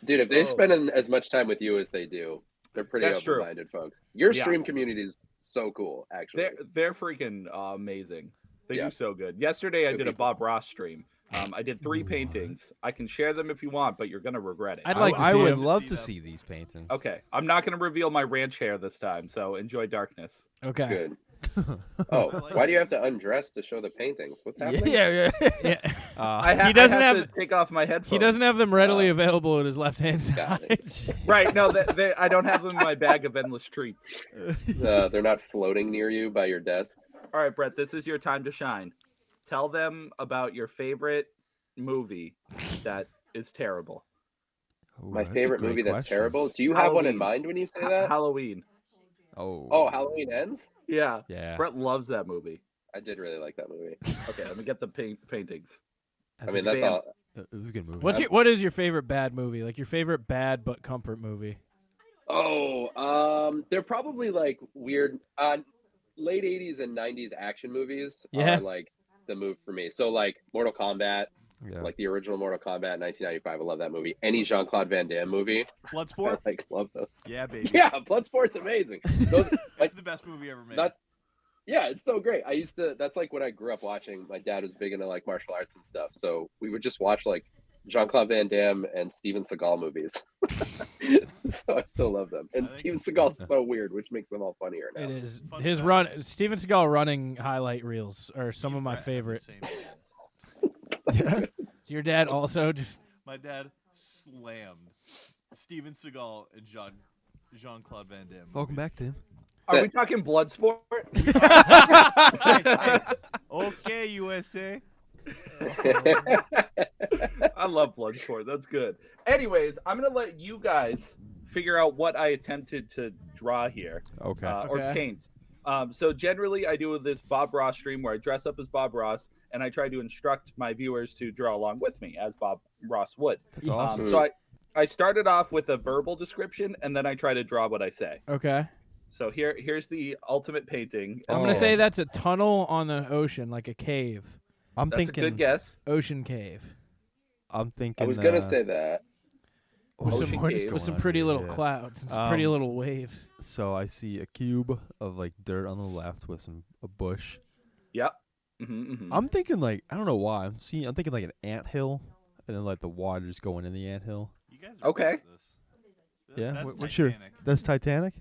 Speaker 8: Dude, if they
Speaker 6: Oh.
Speaker 8: spend an- as much time with you as they do, they're pretty
Speaker 6: That's true.
Speaker 8: open-minded folks. Your
Speaker 6: Yeah.
Speaker 8: stream community is so cool, actually.
Speaker 6: They're they're freaking uh, amazing. They do
Speaker 8: Yeah.
Speaker 6: so good. Yesterday, I
Speaker 8: Good
Speaker 6: did a
Speaker 8: people.
Speaker 6: Bob Ross stream. Um, I did three paintings. I can share them if you want, but you're gonna regret it.
Speaker 5: I'd like to
Speaker 9: I
Speaker 5: see
Speaker 9: would
Speaker 5: them.
Speaker 9: love to
Speaker 4: them.
Speaker 9: see these paintings.
Speaker 6: Okay, I'm not gonna reveal my ranch hair this time. So enjoy darkness.
Speaker 5: Okay.
Speaker 8: Good. Oh,
Speaker 4: I like
Speaker 8: why do you
Speaker 4: it.
Speaker 8: have to undress to show the paintings? What's
Speaker 9: Yeah,
Speaker 8: happening?
Speaker 9: yeah, yeah.
Speaker 5: Yeah.
Speaker 9: Uh,
Speaker 6: I ha-
Speaker 5: He doesn't
Speaker 6: I have,
Speaker 5: have-
Speaker 6: to take off my headphones.
Speaker 5: He doesn't have them
Speaker 4: uh,
Speaker 5: readily available at his left hand
Speaker 8: Got
Speaker 5: side.
Speaker 6: Right? No, they, they, I don't have them in my bag of endless treats.
Speaker 8: Uh, they're not floating near you by your desk.
Speaker 6: All right, Brett, this is your time to shine. Tell them about your favorite movie that is terrible.
Speaker 9: Ooh,
Speaker 8: My
Speaker 9: that's a
Speaker 8: favorite
Speaker 9: great
Speaker 8: movie that's
Speaker 9: question.
Speaker 8: terrible. Do you have one
Speaker 6: Halloween.
Speaker 8: in mind when you say
Speaker 6: Ha-
Speaker 8: that?
Speaker 6: Halloween.
Speaker 9: Oh.
Speaker 8: oh, Halloween ends.
Speaker 6: Yeah.
Speaker 9: Yeah.
Speaker 6: Brett loves that movie.
Speaker 8: I did really like that movie.
Speaker 6: Okay, let me get the paint- paintings.
Speaker 8: I mean,
Speaker 9: a
Speaker 8: that's
Speaker 9: good-
Speaker 6: Bam.
Speaker 8: all.
Speaker 9: It was a good movie.
Speaker 5: What's your what is your favorite bad movie? Like your favorite bad but comfort movie?
Speaker 8: Oh, um, they're probably like weird uh, late '80s and '90s action movies.
Speaker 5: Yeah.
Speaker 8: are like the move for me. So like Mortal Kombat,
Speaker 9: Yeah.
Speaker 8: like the original Mortal Kombat, 1995. I love that movie. Any Jean Claude Van Damme movie, I
Speaker 4: Bloodsport.
Speaker 8: like love those.
Speaker 4: Yeah, baby.
Speaker 8: Yeah, Bloodsport's amazing. Those, like,
Speaker 4: It's the best movie ever made.
Speaker 8: Not- yeah, it's so great. I used to. That's like what I grew up watching. My dad was big into like martial arts and stuff, so we would just watch like Jean Claude Van Damme and Steven Seagal movies. so I still love them. And
Speaker 4: I think-
Speaker 8: Steven Seagal's so weird, which makes them all funnier now.
Speaker 5: It is
Speaker 4: Fun
Speaker 5: his
Speaker 4: fact.
Speaker 5: run. Steven Seagal running highlight reels are some of my
Speaker 4: Brett had the
Speaker 5: favorite.
Speaker 4: same thing.
Speaker 5: Your dad also just
Speaker 4: My dad slammed Steven Seagal and Jean Jean Claude Van Damme.
Speaker 9: Welcome
Speaker 4: movies.
Speaker 9: back, Tim.
Speaker 6: Are we talking Bloodsport?
Speaker 4: okay, USA.
Speaker 6: I love Bloodsport. That's good. Anyways, I'm gonna let you guys figure out what I attempted to draw here
Speaker 9: Okay.
Speaker 6: uh,
Speaker 5: Okay.
Speaker 6: or paint. Um, so generally, I do this Bob Ross stream where I dress up as Bob Ross and I try to instruct my viewers to draw along with me as Bob Ross would.
Speaker 9: that's awesome.
Speaker 6: Um, so I, I started off with a verbal description and then I try to draw what I say.
Speaker 5: okay.
Speaker 6: So here, here's the ultimate painting.
Speaker 9: Oh,
Speaker 5: I'm gonna say that's a tunnel on the ocean, like a cave,
Speaker 9: I'm
Speaker 6: That's a
Speaker 9: thinking.
Speaker 6: good guess.
Speaker 5: ocean cave.
Speaker 9: I'm thinking.
Speaker 8: I was gonna
Speaker 9: uh,
Speaker 8: say that.
Speaker 5: with
Speaker 6: Oh,
Speaker 5: some,
Speaker 6: she
Speaker 5: with
Speaker 6: gave
Speaker 5: some
Speaker 9: one,
Speaker 5: pretty little
Speaker 9: yeah.
Speaker 5: clouds and some pretty
Speaker 9: Um,
Speaker 5: little waves.
Speaker 9: So I see a cube of like dirt on the left with some a bush.
Speaker 6: Yep. Mm-hmm, mm-hmm.
Speaker 9: I'm thinking like I don't know why. I'm seeing I'm thinking like an ant hill, and then like the water's going in the ant hill.
Speaker 1: You guys are
Speaker 6: Okay.
Speaker 1: good at This. Th-
Speaker 9: Yeah,
Speaker 1: That's
Speaker 9: what- what's your-
Speaker 1: Titanic.
Speaker 9: That's Titanic.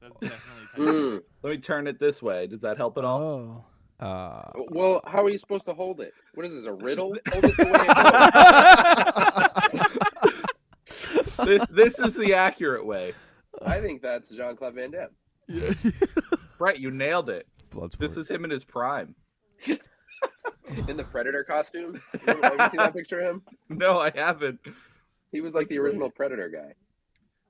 Speaker 1: That's definitely Titanic.
Speaker 8: Mm.
Speaker 6: Let me turn it this way. Does that help at all?
Speaker 5: Oh.
Speaker 9: Uh,
Speaker 8: Well, how are you supposed to hold it? What is this, a riddle? Hold it the way it goes.
Speaker 9: Oh.
Speaker 6: this, this is the accurate way.
Speaker 8: I think that's Jean Claude Van Damme.
Speaker 6: Brett, you nailed it.
Speaker 9: Bloodsport.
Speaker 6: This is him in his prime.
Speaker 8: In the Predator costume. You ever- have you seen that picture of him?
Speaker 6: No, I haven't.
Speaker 8: He was like the original Predator guy.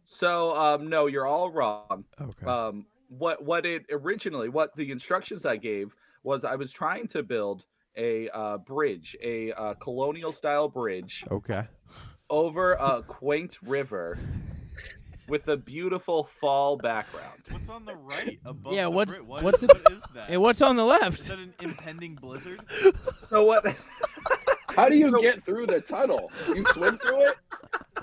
Speaker 6: So, um, no, you're all wrong.
Speaker 9: okay.
Speaker 6: Um, what what it originally, what the instructions I gave was, I was trying to build a uh, bridge, a uh, colonial style bridge
Speaker 9: okay.
Speaker 6: over a quaint river with a beautiful fall background.
Speaker 4: What's on the right above?
Speaker 5: Yeah,
Speaker 4: the
Speaker 5: what's-
Speaker 4: bri- what-
Speaker 5: what's it-
Speaker 4: what is that?
Speaker 5: Hey, what's on the
Speaker 4: Is
Speaker 5: left?
Speaker 4: that an impending blizzard?
Speaker 6: So what?
Speaker 8: How do you get through the tunnel? You swim through it?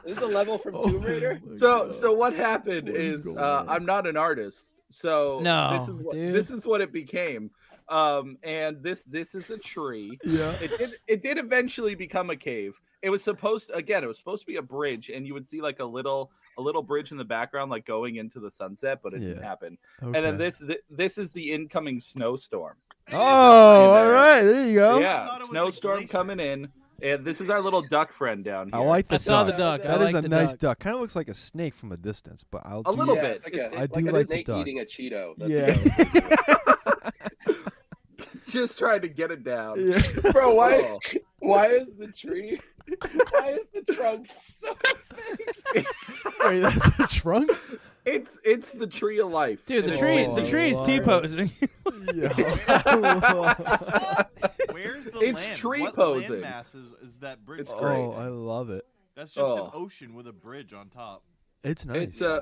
Speaker 8: This is a level from
Speaker 6: Oh,
Speaker 7: Oh.
Speaker 8: Tomb Raider?
Speaker 6: So so what happened
Speaker 9: What is
Speaker 6: is
Speaker 9: going
Speaker 6: uh,
Speaker 9: on?
Speaker 6: I'm not an artist. So this
Speaker 5: No,
Speaker 6: is what,
Speaker 5: dude.
Speaker 6: this is what it became. Um, and this this is a tree.
Speaker 9: Yeah.
Speaker 6: It did it did eventually become a cave. It was supposed again. It was supposed to be a bridge, and you would see like a little a little bridge in the background, like going into the sunset, but it didn't
Speaker 9: Yeah.
Speaker 6: happen.
Speaker 9: Okay.
Speaker 6: And then this th- this is the incoming snowstorm.
Speaker 9: Oh, all right. There you go.
Speaker 6: yeah,
Speaker 4: thought it was a
Speaker 6: snowstorm
Speaker 4: glacier.
Speaker 6: coming in, and this is our little duck friend down
Speaker 9: I
Speaker 6: here.
Speaker 9: like the
Speaker 5: I saw the
Speaker 9: duck.
Speaker 5: duck.
Speaker 9: That
Speaker 5: I
Speaker 9: is
Speaker 5: like
Speaker 9: a
Speaker 5: the
Speaker 9: nice
Speaker 5: duck.
Speaker 9: duck. Kind of looks like a snake from a distance, but I'll
Speaker 6: A
Speaker 9: do
Speaker 6: little
Speaker 8: yeah,
Speaker 6: bit.
Speaker 8: It's like a,
Speaker 6: I
Speaker 8: it's like a
Speaker 9: do like the
Speaker 8: snake
Speaker 9: dog.
Speaker 8: eating a Cheeto. That's
Speaker 9: Yeah.
Speaker 6: just trying to get it down.
Speaker 9: Yeah.
Speaker 8: yeah. Bro, why,
Speaker 6: Oh.
Speaker 8: why is the tree, why is the trunk so
Speaker 9: Wait, that's a trunk.
Speaker 6: It's it's the tree of life,
Speaker 5: Dude,
Speaker 6: And
Speaker 5: the
Speaker 6: it's
Speaker 5: tree,
Speaker 9: Oh,
Speaker 5: the tree is
Speaker 9: Lord.
Speaker 5: T-posing.
Speaker 9: Yeah.
Speaker 4: Where's the
Speaker 6: It's
Speaker 4: land?
Speaker 6: tree
Speaker 4: what
Speaker 6: posing.
Speaker 4: land masses is that bridge?
Speaker 6: It's
Speaker 4: on?
Speaker 6: great.
Speaker 9: oh, I love it.
Speaker 4: That's just an
Speaker 6: Oh.
Speaker 4: ocean with a bridge on top.
Speaker 9: It's nice.
Speaker 6: It's uh,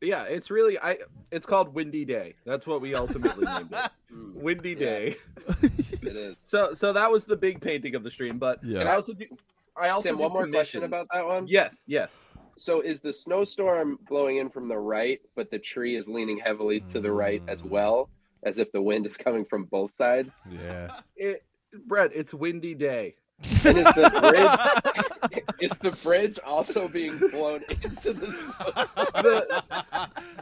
Speaker 6: yeah, it's really I. It's called Windy Day. That's what we ultimately named it.
Speaker 8: Mm,
Speaker 6: Windy
Speaker 8: Yeah.
Speaker 6: Day.
Speaker 8: It is.
Speaker 6: So so that was the big painting of the stream. But
Speaker 9: Yeah.
Speaker 6: and I also do. I also
Speaker 8: Tim,
Speaker 6: do
Speaker 8: one more question
Speaker 6: commissions.
Speaker 8: about that one.
Speaker 6: Yes, yes.
Speaker 8: So is the snowstorm blowing in from the right, but the tree is leaning heavily to the right as
Speaker 9: Mm.
Speaker 8: well, as if the wind is coming from both sides?
Speaker 9: yeah.
Speaker 6: It, Brett, it's Windy Day.
Speaker 8: And is the bridge is the bridge also being blown into the snowstorm?
Speaker 6: The,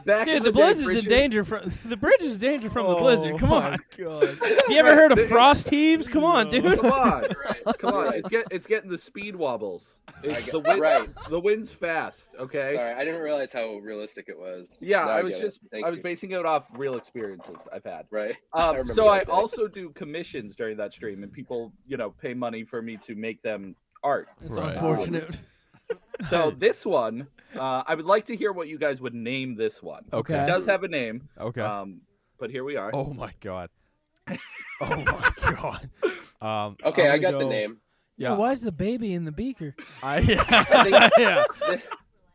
Speaker 6: back
Speaker 5: Dude,
Speaker 6: in
Speaker 5: the
Speaker 6: the day,
Speaker 5: blizzard's in
Speaker 6: bridges-
Speaker 5: danger from the bridge is in danger from
Speaker 9: Oh.
Speaker 5: the blizzard.
Speaker 6: Oh
Speaker 5: Come on.
Speaker 9: God.
Speaker 5: You ever heard of
Speaker 6: Brett,
Speaker 5: frost heaves? Come on, dude.
Speaker 6: Come on,
Speaker 8: Right.
Speaker 6: come on.
Speaker 8: Right.
Speaker 6: It's get it's getting the speed wobbles.
Speaker 8: I
Speaker 6: It's
Speaker 8: get-
Speaker 6: the wind,
Speaker 8: right.
Speaker 6: The wind's fast. Okay.
Speaker 8: Sorry, I didn't realize how realistic it was.
Speaker 6: Yeah,
Speaker 8: Now
Speaker 6: I was
Speaker 8: get it.
Speaker 6: just
Speaker 8: Thank
Speaker 6: I was
Speaker 8: you.
Speaker 6: basing it off real experiences I've had.
Speaker 8: right.
Speaker 6: Um,
Speaker 8: remember
Speaker 6: so
Speaker 8: that
Speaker 6: I
Speaker 8: day.
Speaker 6: also do commissions during that stream, and people, you know, pay money for me to make them art.
Speaker 5: It's
Speaker 9: Right.
Speaker 5: unfortunate.
Speaker 6: So this one, uh, I would like to hear what you guys would name this one. It
Speaker 9: Okay.
Speaker 6: does have a name,
Speaker 9: Okay.
Speaker 6: um, but here we are.
Speaker 9: oh my god. Oh my god. Um.
Speaker 8: Okay,
Speaker 9: I'm
Speaker 8: I
Speaker 9: gonna
Speaker 8: got the
Speaker 9: go-
Speaker 8: name.
Speaker 9: Yeah.
Speaker 5: Why is the baby in the beaker?
Speaker 9: I, yeah.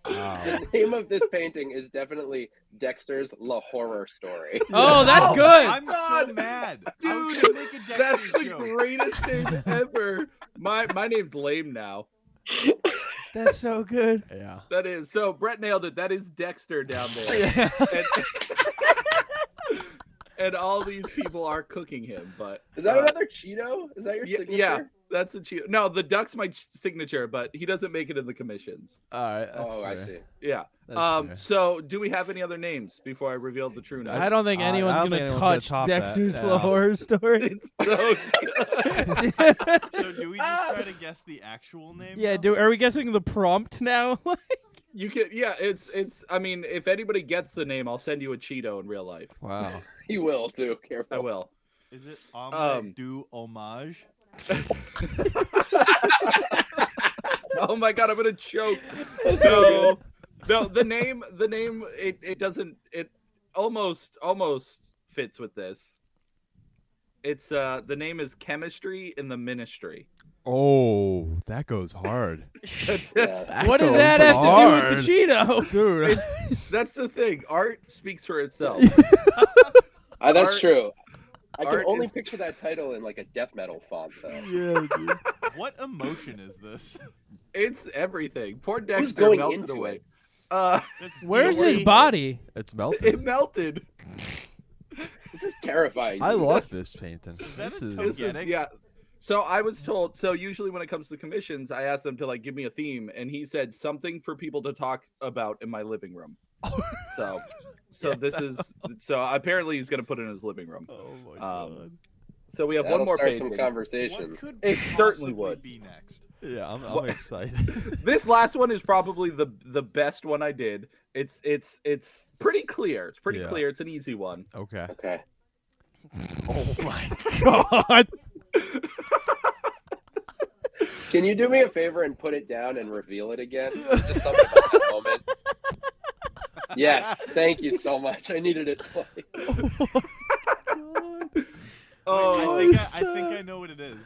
Speaker 8: The name of this painting is definitely Dexter's La Horror Story.
Speaker 5: Oh, that's
Speaker 4: Oh,
Speaker 5: good.
Speaker 4: I'm so
Speaker 6: God.
Speaker 4: mad. I was
Speaker 6: Dude,
Speaker 4: gonna make a
Speaker 6: That's
Speaker 4: Dexter's
Speaker 6: the
Speaker 4: joke.
Speaker 6: greatest name ever. My my name's lame now.
Speaker 5: That's so good.
Speaker 9: Yeah.
Speaker 6: That is so. Brett nailed it. That is Dexter down there,
Speaker 9: Yeah.
Speaker 6: and, and all these people are cooking him. But
Speaker 8: Is that
Speaker 6: uh,
Speaker 8: another Cheeto? Is that your
Speaker 6: Ye-
Speaker 8: signature?
Speaker 6: Yeah, that's a cheat. No, the duck's my ch- signature, but he doesn't make it in the commissions.
Speaker 9: All right. That's
Speaker 8: Oh, I
Speaker 9: fair.
Speaker 8: see.
Speaker 6: Yeah.
Speaker 9: That's
Speaker 6: um.
Speaker 9: fair.
Speaker 6: So, do we have any other names before I reveal the true
Speaker 5: I
Speaker 6: name?
Speaker 5: don't think
Speaker 9: I- I
Speaker 5: anyone's
Speaker 9: don't
Speaker 5: gonna
Speaker 9: think anyone's gonna
Speaker 5: touch
Speaker 9: top that.
Speaker 5: Dexter's
Speaker 9: Yeah.
Speaker 5: La horror story.
Speaker 6: It's so good.
Speaker 4: So do we just try to guess the actual name?
Speaker 5: yeah,
Speaker 4: now?
Speaker 5: do er- are we guessing the prompt now?
Speaker 6: you can. Yeah. It's. It's. I mean, if anybody gets the name, I'll send you a Cheeto in real life.
Speaker 9: Wow.
Speaker 8: He will too. Careful.
Speaker 6: I will.
Speaker 4: Is it omelette
Speaker 6: Um,
Speaker 4: du homage?
Speaker 6: Oh my god, I'm gonna choke. So, no, the name. The name. It. It doesn't. It almost. Almost fits with this. It's uh the name is chemistry in the ministry.
Speaker 9: Oh, that goes hard.
Speaker 8: Yeah.
Speaker 9: That
Speaker 5: what does
Speaker 9: goes
Speaker 5: that have to do
Speaker 9: hard.
Speaker 5: with the Cheeto?
Speaker 9: Dude,
Speaker 6: That's the thing. Art speaks for itself.
Speaker 8: Uh, that's
Speaker 6: Art-
Speaker 8: true. I can
Speaker 6: Art
Speaker 8: only
Speaker 6: is-
Speaker 8: picture that title in like a death metal font though.
Speaker 9: Yeah, dude.
Speaker 4: What emotion is this?
Speaker 6: It's everything. Poor Dexter
Speaker 8: Who's going
Speaker 6: melted
Speaker 8: into
Speaker 6: away.
Speaker 8: it?
Speaker 6: Uh,
Speaker 4: That's-
Speaker 5: Where's
Speaker 4: you know,
Speaker 5: his body?
Speaker 9: It's melted.
Speaker 6: it melted.
Speaker 8: This is terrifying.
Speaker 9: I love this painting.
Speaker 4: that
Speaker 9: This
Speaker 4: a
Speaker 9: is
Speaker 4: token?
Speaker 6: This is,
Speaker 4: Organic?
Speaker 6: yeah. So I was told. So usually when it comes to commissions, I ask them to like give me a theme, and he said something for people to talk about in my living room. so, so this is. So apparently he's gonna put it in his living room.
Speaker 4: Oh my
Speaker 6: Um,
Speaker 4: god.
Speaker 6: So we have
Speaker 8: That'll
Speaker 6: one more
Speaker 8: start
Speaker 6: page.
Speaker 8: some
Speaker 4: What
Speaker 8: conversations.
Speaker 4: could
Speaker 6: It
Speaker 4: possibly
Speaker 6: certainly would.
Speaker 4: be next.
Speaker 9: yeah, I'm, I'm
Speaker 6: What-
Speaker 9: excited.
Speaker 6: This last one is probably the the best one I did. It's it's it's pretty clear. It's pretty
Speaker 9: Yeah.
Speaker 6: clear. It's an easy one.
Speaker 9: okay.
Speaker 8: Okay.
Speaker 9: Oh my god.
Speaker 8: Can you do me a favor and put it down and reveal it again? Just something about that moment. Yes, thank you so much. I needed it twice.
Speaker 6: Oh,
Speaker 4: I, think
Speaker 9: it's,
Speaker 4: I, I think
Speaker 9: uh,
Speaker 4: I know what it is.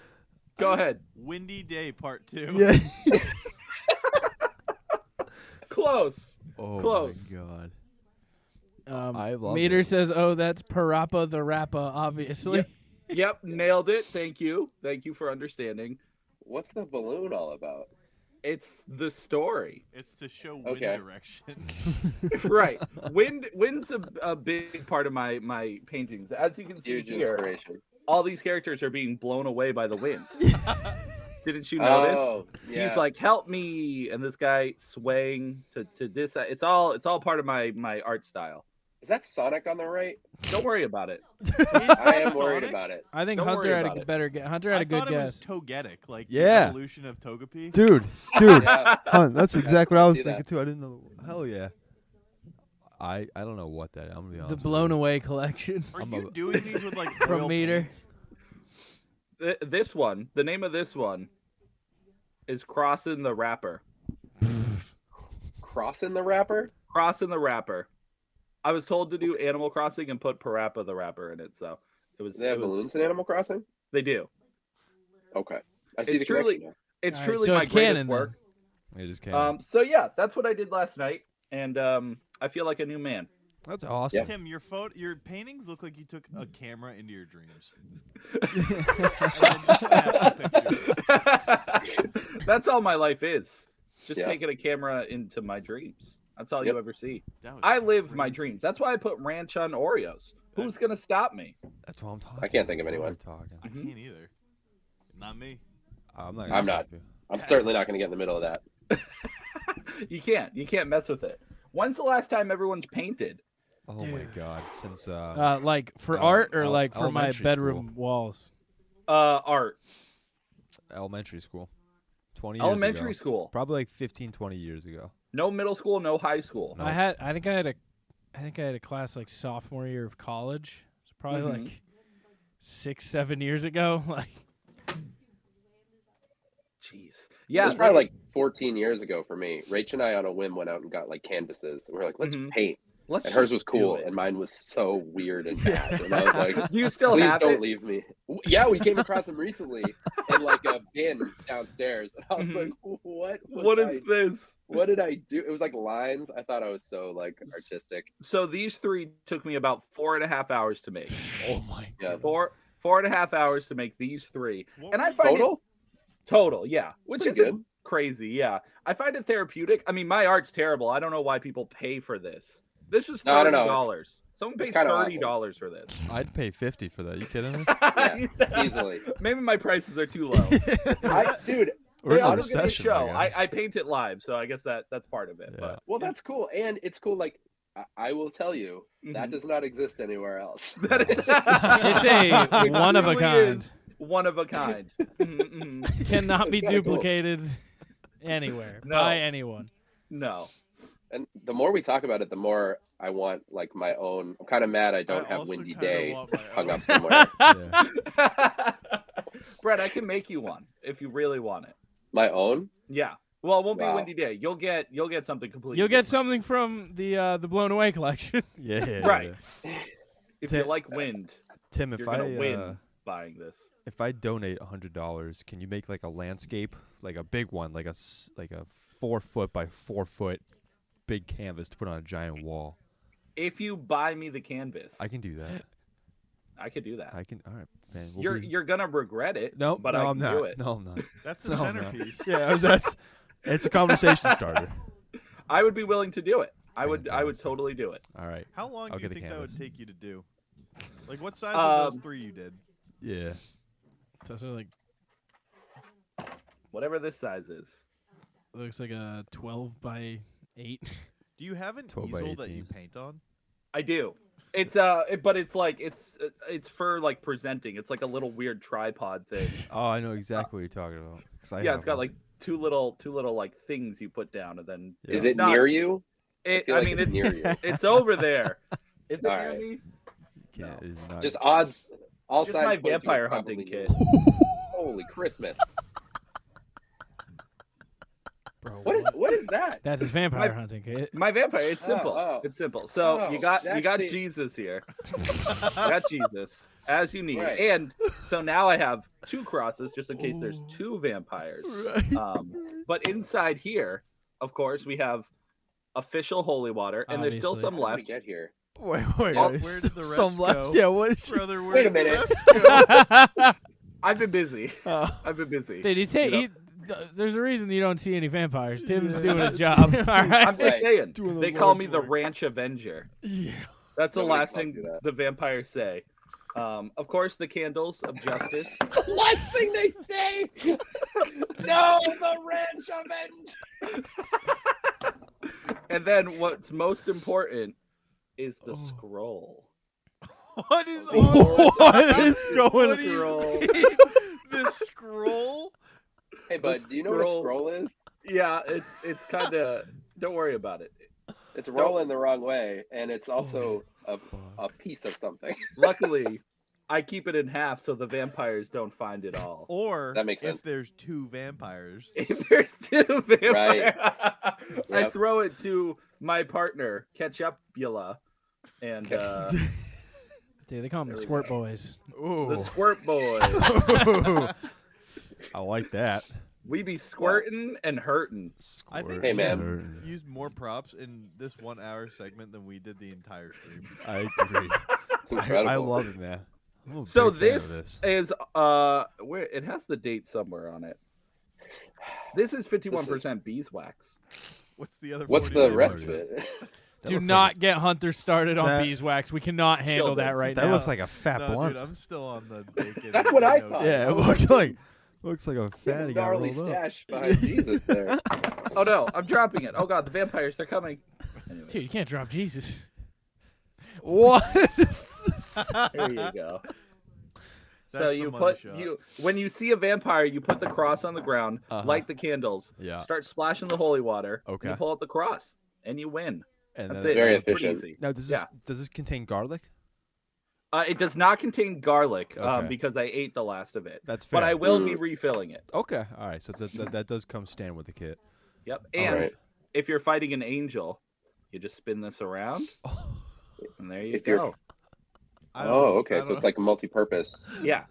Speaker 6: go ahead.
Speaker 4: Windy Day Part Two.
Speaker 9: Yeah.
Speaker 6: Close.
Speaker 9: Oh
Speaker 6: Close.
Speaker 9: my god.
Speaker 5: Um,
Speaker 9: I love
Speaker 5: Meter
Speaker 9: it.
Speaker 5: says, "Oh, that's Parappa the Rappa, obviously."
Speaker 6: Yep, nailed it. Thank you. Thank you for understanding.
Speaker 8: What's the balloon all about?
Speaker 6: It's the story.
Speaker 4: It's to show wind
Speaker 8: Okay.
Speaker 4: direction.
Speaker 6: right. Wind wind's a, a big part of my my paintings. As you can see
Speaker 8: Huge
Speaker 6: here,
Speaker 8: inspiration.
Speaker 6: all these characters are being blown away by the wind. Didn't you notice?
Speaker 8: Oh, yeah.
Speaker 6: He's like, "Help me!" and this guy swaying to to this. It's all it's all part of my my art style.
Speaker 8: is that Sonic on the right?
Speaker 6: Don't worry about it.
Speaker 8: I am worried about it.
Speaker 5: I think
Speaker 6: Don't
Speaker 5: Hunter
Speaker 6: worry
Speaker 5: had a
Speaker 6: about it.
Speaker 5: better guess. Hunter
Speaker 4: I
Speaker 5: had a
Speaker 4: thought
Speaker 5: good
Speaker 4: it was
Speaker 5: guess.
Speaker 4: togetic, like
Speaker 9: Yeah.
Speaker 4: the evolution of Togepi.
Speaker 9: Dude, dude,
Speaker 8: Yeah.
Speaker 9: hun, that's exactly what I was
Speaker 8: see that.
Speaker 9: thinking too. I didn't know. Hell yeah. I I don't know what that. I'm gonna be honest.
Speaker 5: The
Speaker 9: with
Speaker 5: blown away collection.
Speaker 4: Are
Speaker 9: I'm
Speaker 4: you
Speaker 9: a-
Speaker 4: doing these with like
Speaker 5: From
Speaker 4: oil
Speaker 5: Meter.
Speaker 4: paints?
Speaker 6: Th- this one, the name of this one, is crossing the rapper.
Speaker 8: Crossing the rapper?
Speaker 6: Crossing the Rapper. I was told to do Animal Crossing and put Parappa the Rapper in it, so it was.
Speaker 8: Is that
Speaker 6: it was-
Speaker 8: balloons in Animal Crossing?
Speaker 6: They do.
Speaker 8: Okay. I see
Speaker 6: It's
Speaker 8: the connection
Speaker 6: truly-
Speaker 8: now.
Speaker 6: It's
Speaker 5: All right,
Speaker 6: truly
Speaker 5: so
Speaker 6: my
Speaker 5: it's
Speaker 6: greatest
Speaker 5: canon, then.
Speaker 6: work.
Speaker 9: you. I just can't.
Speaker 6: Um, so yeah, that's what I did last night, and um, I feel like a new man.
Speaker 9: that's awesome.
Speaker 4: Tim, your photo, your paintings look like you took a camera into your dreams.
Speaker 6: that's all my life is. Just
Speaker 8: Yeah.
Speaker 6: taking a camera into my dreams. That's all
Speaker 8: Yep.
Speaker 6: you ever see.
Speaker 4: That was
Speaker 6: I live my
Speaker 4: crazy.
Speaker 6: dreams. That's why I put ranch on Oreos. Who's gonna stop me?
Speaker 9: That's what I'm talking.
Speaker 8: can't think of
Speaker 9: about.
Speaker 8: anyone.
Speaker 9: We're Talking.
Speaker 4: I
Speaker 6: Mhm.
Speaker 4: can't either. Not me.
Speaker 9: I'm not. gonna
Speaker 8: I'm not.
Speaker 9: stop you.
Speaker 8: I'm certainly not going to get in the middle of that.
Speaker 6: You can't. You can't mess with it. When's the last time everyone's painted?
Speaker 9: Oh my
Speaker 5: Dude.
Speaker 9: god. Since uh,
Speaker 5: Uh, like for
Speaker 9: ele-
Speaker 5: art or
Speaker 9: ele-
Speaker 5: like for my
Speaker 9: elementary school.
Speaker 5: bedroom walls.
Speaker 6: Uh, art.
Speaker 9: elementary school, 20 years
Speaker 6: elementary
Speaker 9: ago.
Speaker 6: school
Speaker 9: Probably like 15, 20 years ago.
Speaker 6: no middle school no high school
Speaker 9: No.
Speaker 5: I had. I think I had a. I think I had a class like sophomore year of college. It's probably
Speaker 6: Mhm.
Speaker 5: like six, seven years ago. Like
Speaker 6: jeez
Speaker 8: it
Speaker 6: yeah
Speaker 8: was probably like 14 years ago for me. Rach and I, on a whim, went out and got like canvases. And we were like, let's
Speaker 6: Mhm.
Speaker 8: paint.
Speaker 6: let's
Speaker 8: And hers was
Speaker 6: just do
Speaker 8: cool,
Speaker 6: it.
Speaker 8: and mine was so weird and bad. And I was like,
Speaker 6: Do you still
Speaker 8: please
Speaker 6: have
Speaker 8: don't
Speaker 6: it?
Speaker 8: leave me. W- Yeah, we came across them recently in like a bin downstairs, and I was
Speaker 6: Mhm.
Speaker 8: like, what? was
Speaker 6: what
Speaker 8: I-
Speaker 6: is this
Speaker 8: What did I do? It was like lines. I thought I was so like artistic.
Speaker 6: so these three took me about four and a half hours to make
Speaker 9: Oh my
Speaker 8: Yeah.
Speaker 6: four four and a half hours to make these three
Speaker 4: What
Speaker 6: and
Speaker 4: were
Speaker 6: i
Speaker 4: you-
Speaker 6: find
Speaker 8: Total?
Speaker 6: it total yeah which
Speaker 8: Pretty
Speaker 6: is
Speaker 8: good.
Speaker 6: crazy yeah i find it therapeutic i mean my art's terrible i don't know why people pay for this this was
Speaker 8: No, no,
Speaker 6: thirty
Speaker 8: no, it's-
Speaker 6: dollars someone
Speaker 8: it's
Speaker 6: paid
Speaker 8: kinda awesome.
Speaker 6: thirty dollars for this
Speaker 9: I'd pay 50 for that. You kidding me?
Speaker 8: Yeah, easily.
Speaker 6: maybe my prices are too low
Speaker 8: I, dude,
Speaker 9: We're in
Speaker 8: also
Speaker 9: a
Speaker 8: did a
Speaker 9: recession.
Speaker 6: show.
Speaker 9: my guy.
Speaker 6: I, I paint it live, so I guess that that's part of it. But
Speaker 8: well, that's cool, and it's cool. Like, I, I will tell you, that
Speaker 6: Mhm.
Speaker 8: does not exist anywhere else.
Speaker 6: That is-
Speaker 5: it's a
Speaker 6: It
Speaker 5: one of a
Speaker 6: really
Speaker 5: kind.
Speaker 6: is one of a kind. Mhm, mhm.
Speaker 5: Cannot be
Speaker 8: It's kinda cool.
Speaker 5: duplicated anywhere
Speaker 6: No.
Speaker 5: by anyone.
Speaker 6: No.
Speaker 8: And the more we talk about it, the more I want like my own. I'm kind of mad I don't
Speaker 4: I
Speaker 8: have
Speaker 4: also
Speaker 8: Windy
Speaker 4: kinda Oh,
Speaker 8: Day
Speaker 4: want my own.
Speaker 8: hung up somewhere.
Speaker 9: Yeah.
Speaker 6: Brett, I can make you one if you really want it.
Speaker 8: my own?
Speaker 6: Yeah. Well, it won't be
Speaker 8: Wow.
Speaker 6: windy day. You'll get you'll get something completely.
Speaker 5: You'll get
Speaker 6: different.
Speaker 5: something from the uh, the blown away collection.
Speaker 9: Yeah. yeah, yeah,
Speaker 6: Right.
Speaker 9: yeah.
Speaker 6: if you like wind.
Speaker 9: Tim, if
Speaker 6: You're gonna
Speaker 9: I
Speaker 6: win
Speaker 9: uh,
Speaker 6: buying this.
Speaker 9: if I donate hundred dollars, can you make like a landscape, like a big one, like a s- like a four foot by four foot big canvas to put on a giant wall?
Speaker 6: If you buy me the canvas,
Speaker 9: I can do that.
Speaker 6: I could do that.
Speaker 9: I can. All right, man. We'll
Speaker 6: you're
Speaker 9: be-
Speaker 6: you're gonna regret it.
Speaker 9: no,
Speaker 6: but
Speaker 9: no,
Speaker 6: I
Speaker 9: am
Speaker 6: can
Speaker 9: not.
Speaker 6: do it.
Speaker 9: No, I'm not.
Speaker 1: That's
Speaker 9: No,
Speaker 1: the
Speaker 9: I'm not.
Speaker 1: centerpiece.
Speaker 9: Yeah, that's. It's a conversation starter.
Speaker 6: I would be willing to do it. I would. I would
Speaker 9: Fantastic.
Speaker 6: totally do it.
Speaker 9: All right.
Speaker 4: How long
Speaker 9: I'll
Speaker 4: do you
Speaker 9: get a
Speaker 4: think that would
Speaker 9: canvas.
Speaker 4: take you to do? Like, what size of those
Speaker 6: Um,
Speaker 4: three you did?
Speaker 9: Yeah.
Speaker 10: That's like
Speaker 6: Whatever this size is.
Speaker 10: looks like a twelve by eight.
Speaker 4: Do you have an
Speaker 9: 12 by
Speaker 4: easel that you
Speaker 9: 18.
Speaker 4: paint on?
Speaker 6: I do. It's uh, it, but it's like it's uh, it's for like presenting. It's like a little weird tripod thing.
Speaker 9: Oh, I know exactly what you're talking about. 'cause I
Speaker 6: yeah,
Speaker 9: have
Speaker 6: it's got
Speaker 9: one.
Speaker 6: like two little two little like things you put down, and then
Speaker 9: Yeah.
Speaker 8: Is
Speaker 6: it's
Speaker 8: it
Speaker 6: not-
Speaker 8: near you?
Speaker 6: It,
Speaker 8: feel
Speaker 6: I
Speaker 8: like
Speaker 6: mean,
Speaker 8: it's
Speaker 6: it's
Speaker 8: near you.
Speaker 6: It's over there. Is it
Speaker 8: All
Speaker 6: near
Speaker 8: right.
Speaker 6: me?
Speaker 9: Can't- it's not-
Speaker 8: Just odds. All
Speaker 6: Just
Speaker 8: sides.
Speaker 6: my
Speaker 8: point to it's
Speaker 6: vampire
Speaker 8: probably
Speaker 6: hunting
Speaker 8: you.
Speaker 6: kit.
Speaker 8: Holy Christmas!
Speaker 10: Bro,
Speaker 8: What is what is that?
Speaker 10: That's his vampire
Speaker 6: My-
Speaker 10: hunting kit.
Speaker 6: My vampire. It's
Speaker 8: Oh,
Speaker 6: simple.
Speaker 8: oh.
Speaker 6: It's simple. So
Speaker 8: Oh,
Speaker 6: you got you
Speaker 8: that's
Speaker 6: got
Speaker 8: the-
Speaker 6: Jesus here. you got Jesus as you need,
Speaker 8: Right.
Speaker 6: and so now I have two crosses just in case there's two vampires. Um, but inside here, of course, we have official holy water, and there's still
Speaker 10: Obviously.
Speaker 6: some
Speaker 8: How did we
Speaker 6: left.
Speaker 8: get here?
Speaker 9: Wait, wait,
Speaker 6: Oh,
Speaker 9: wait.
Speaker 4: where did the
Speaker 9: Some
Speaker 4: rest
Speaker 9: left.
Speaker 4: go?
Speaker 9: Yeah, what is
Speaker 4: Brother, where
Speaker 8: Wait a
Speaker 4: did the
Speaker 8: minute.
Speaker 4: rest go?
Speaker 6: I've been busy.
Speaker 9: Uh,
Speaker 6: I've been busy.
Speaker 5: Did he say
Speaker 6: You know-
Speaker 5: he, th- there's a reason you don't see any vampires? Tim's
Speaker 9: Yeah.
Speaker 5: doing his job. All right.
Speaker 6: I'm just
Speaker 8: Right.
Speaker 6: saying.
Speaker 9: Doing the
Speaker 6: They call
Speaker 9: Lord's
Speaker 6: me the
Speaker 9: work.
Speaker 6: Ranch Avenger.
Speaker 9: yeah.
Speaker 6: That's the
Speaker 8: Nobody
Speaker 6: last
Speaker 8: calls you
Speaker 6: thing
Speaker 8: that.
Speaker 6: the vampires say. Um, of course, the candles of justice.
Speaker 8: Last thing they say. no, the ranch avenge.
Speaker 6: And then what's most important is
Speaker 9: Oh.
Speaker 6: the scroll.
Speaker 4: what is all this?
Speaker 9: what is
Speaker 4: What
Speaker 9: going
Speaker 4: do you
Speaker 6: Scroll.
Speaker 4: mean? This scroll?
Speaker 8: Hey, bud, do you know what a
Speaker 6: scroll.
Speaker 8: scroll is?
Speaker 6: Yeah, it's it's kind of. don't worry about it.
Speaker 8: It's rolling the wrong way, and it's also a, a piece of something.
Speaker 6: Luckily, I keep it in half so the vampires don't find it all.
Speaker 9: Oh.
Speaker 4: Or
Speaker 8: That makes sense.
Speaker 4: if there's two vampires,
Speaker 6: If there's two vampires, I
Speaker 8: Yep.
Speaker 6: throw it to my partner Ketchupula, and uh,
Speaker 5: Dude, they call him the
Speaker 6: There we
Speaker 5: Squirt Boys.
Speaker 6: the
Speaker 9: Ooh.
Speaker 6: Squirt Boy.
Speaker 9: I like that.
Speaker 6: We be squirting and hurting.
Speaker 4: I think
Speaker 8: Hey, man.
Speaker 4: Tim used more props in this one hour segment than we did the entire stream.
Speaker 9: I agree.
Speaker 8: It's
Speaker 9: I,
Speaker 8: incredible.
Speaker 9: I love it, man. I'm a
Speaker 6: So
Speaker 9: big fan of
Speaker 6: this, is uh where it has the date somewhere on it. This is fifty one percent beeswax.
Speaker 4: What's the other?
Speaker 8: What's
Speaker 4: 49?
Speaker 8: the rest of it?
Speaker 9: That
Speaker 5: Do
Speaker 9: looks
Speaker 5: not
Speaker 9: Like,
Speaker 5: get Hunter started on
Speaker 9: That-
Speaker 5: beeswax. We cannot handle
Speaker 6: Children.
Speaker 5: that right
Speaker 9: a- that
Speaker 5: now.
Speaker 9: looks like a fat
Speaker 4: No,
Speaker 9: blunt.
Speaker 4: dude, I'm still on the bacon.
Speaker 8: That's what I
Speaker 4: no
Speaker 8: thought.
Speaker 9: yeah, it looks like looks like a fatty guy
Speaker 8: Gnarly
Speaker 9: rolled up.
Speaker 8: stash behind Jesus there.
Speaker 6: Oh no, I'm dropping it. Oh god, the vampires they're coming. Anyway,
Speaker 5: Dude, you can't drop Jesus.
Speaker 9: What? is this?
Speaker 6: there you go.
Speaker 4: That's
Speaker 6: so
Speaker 4: the
Speaker 6: you
Speaker 4: money
Speaker 6: put
Speaker 4: shot.
Speaker 6: you when you see a vampire, you put the cross on the ground,
Speaker 9: Uh-huh.
Speaker 6: light the candles,
Speaker 9: Yeah.
Speaker 6: start splashing the holy water. and
Speaker 9: Okay.
Speaker 6: you pull out the cross and you win.
Speaker 9: And
Speaker 6: That's
Speaker 9: then-
Speaker 6: it.
Speaker 8: Very
Speaker 6: It's pretty
Speaker 8: efficient.
Speaker 6: easy.
Speaker 9: Now, does this
Speaker 6: Yeah.
Speaker 9: does this contain garlic?
Speaker 6: Uh, it does not contain garlic um,
Speaker 9: Okay.
Speaker 6: because I ate the last of it,
Speaker 9: That's fair.
Speaker 6: but I will be
Speaker 8: Mm.
Speaker 6: refilling it.
Speaker 9: Okay, all right. So that that, that does come stand with the kit.
Speaker 6: Yep.
Speaker 8: All
Speaker 6: And
Speaker 8: right.
Speaker 6: if you're fighting an angel, you just spin this around, and there you
Speaker 8: If you're-
Speaker 6: go.
Speaker 4: I don't-
Speaker 8: Oh,
Speaker 4: I
Speaker 8: okay. So
Speaker 4: don't
Speaker 8: it's like multi-purpose.
Speaker 6: Yeah.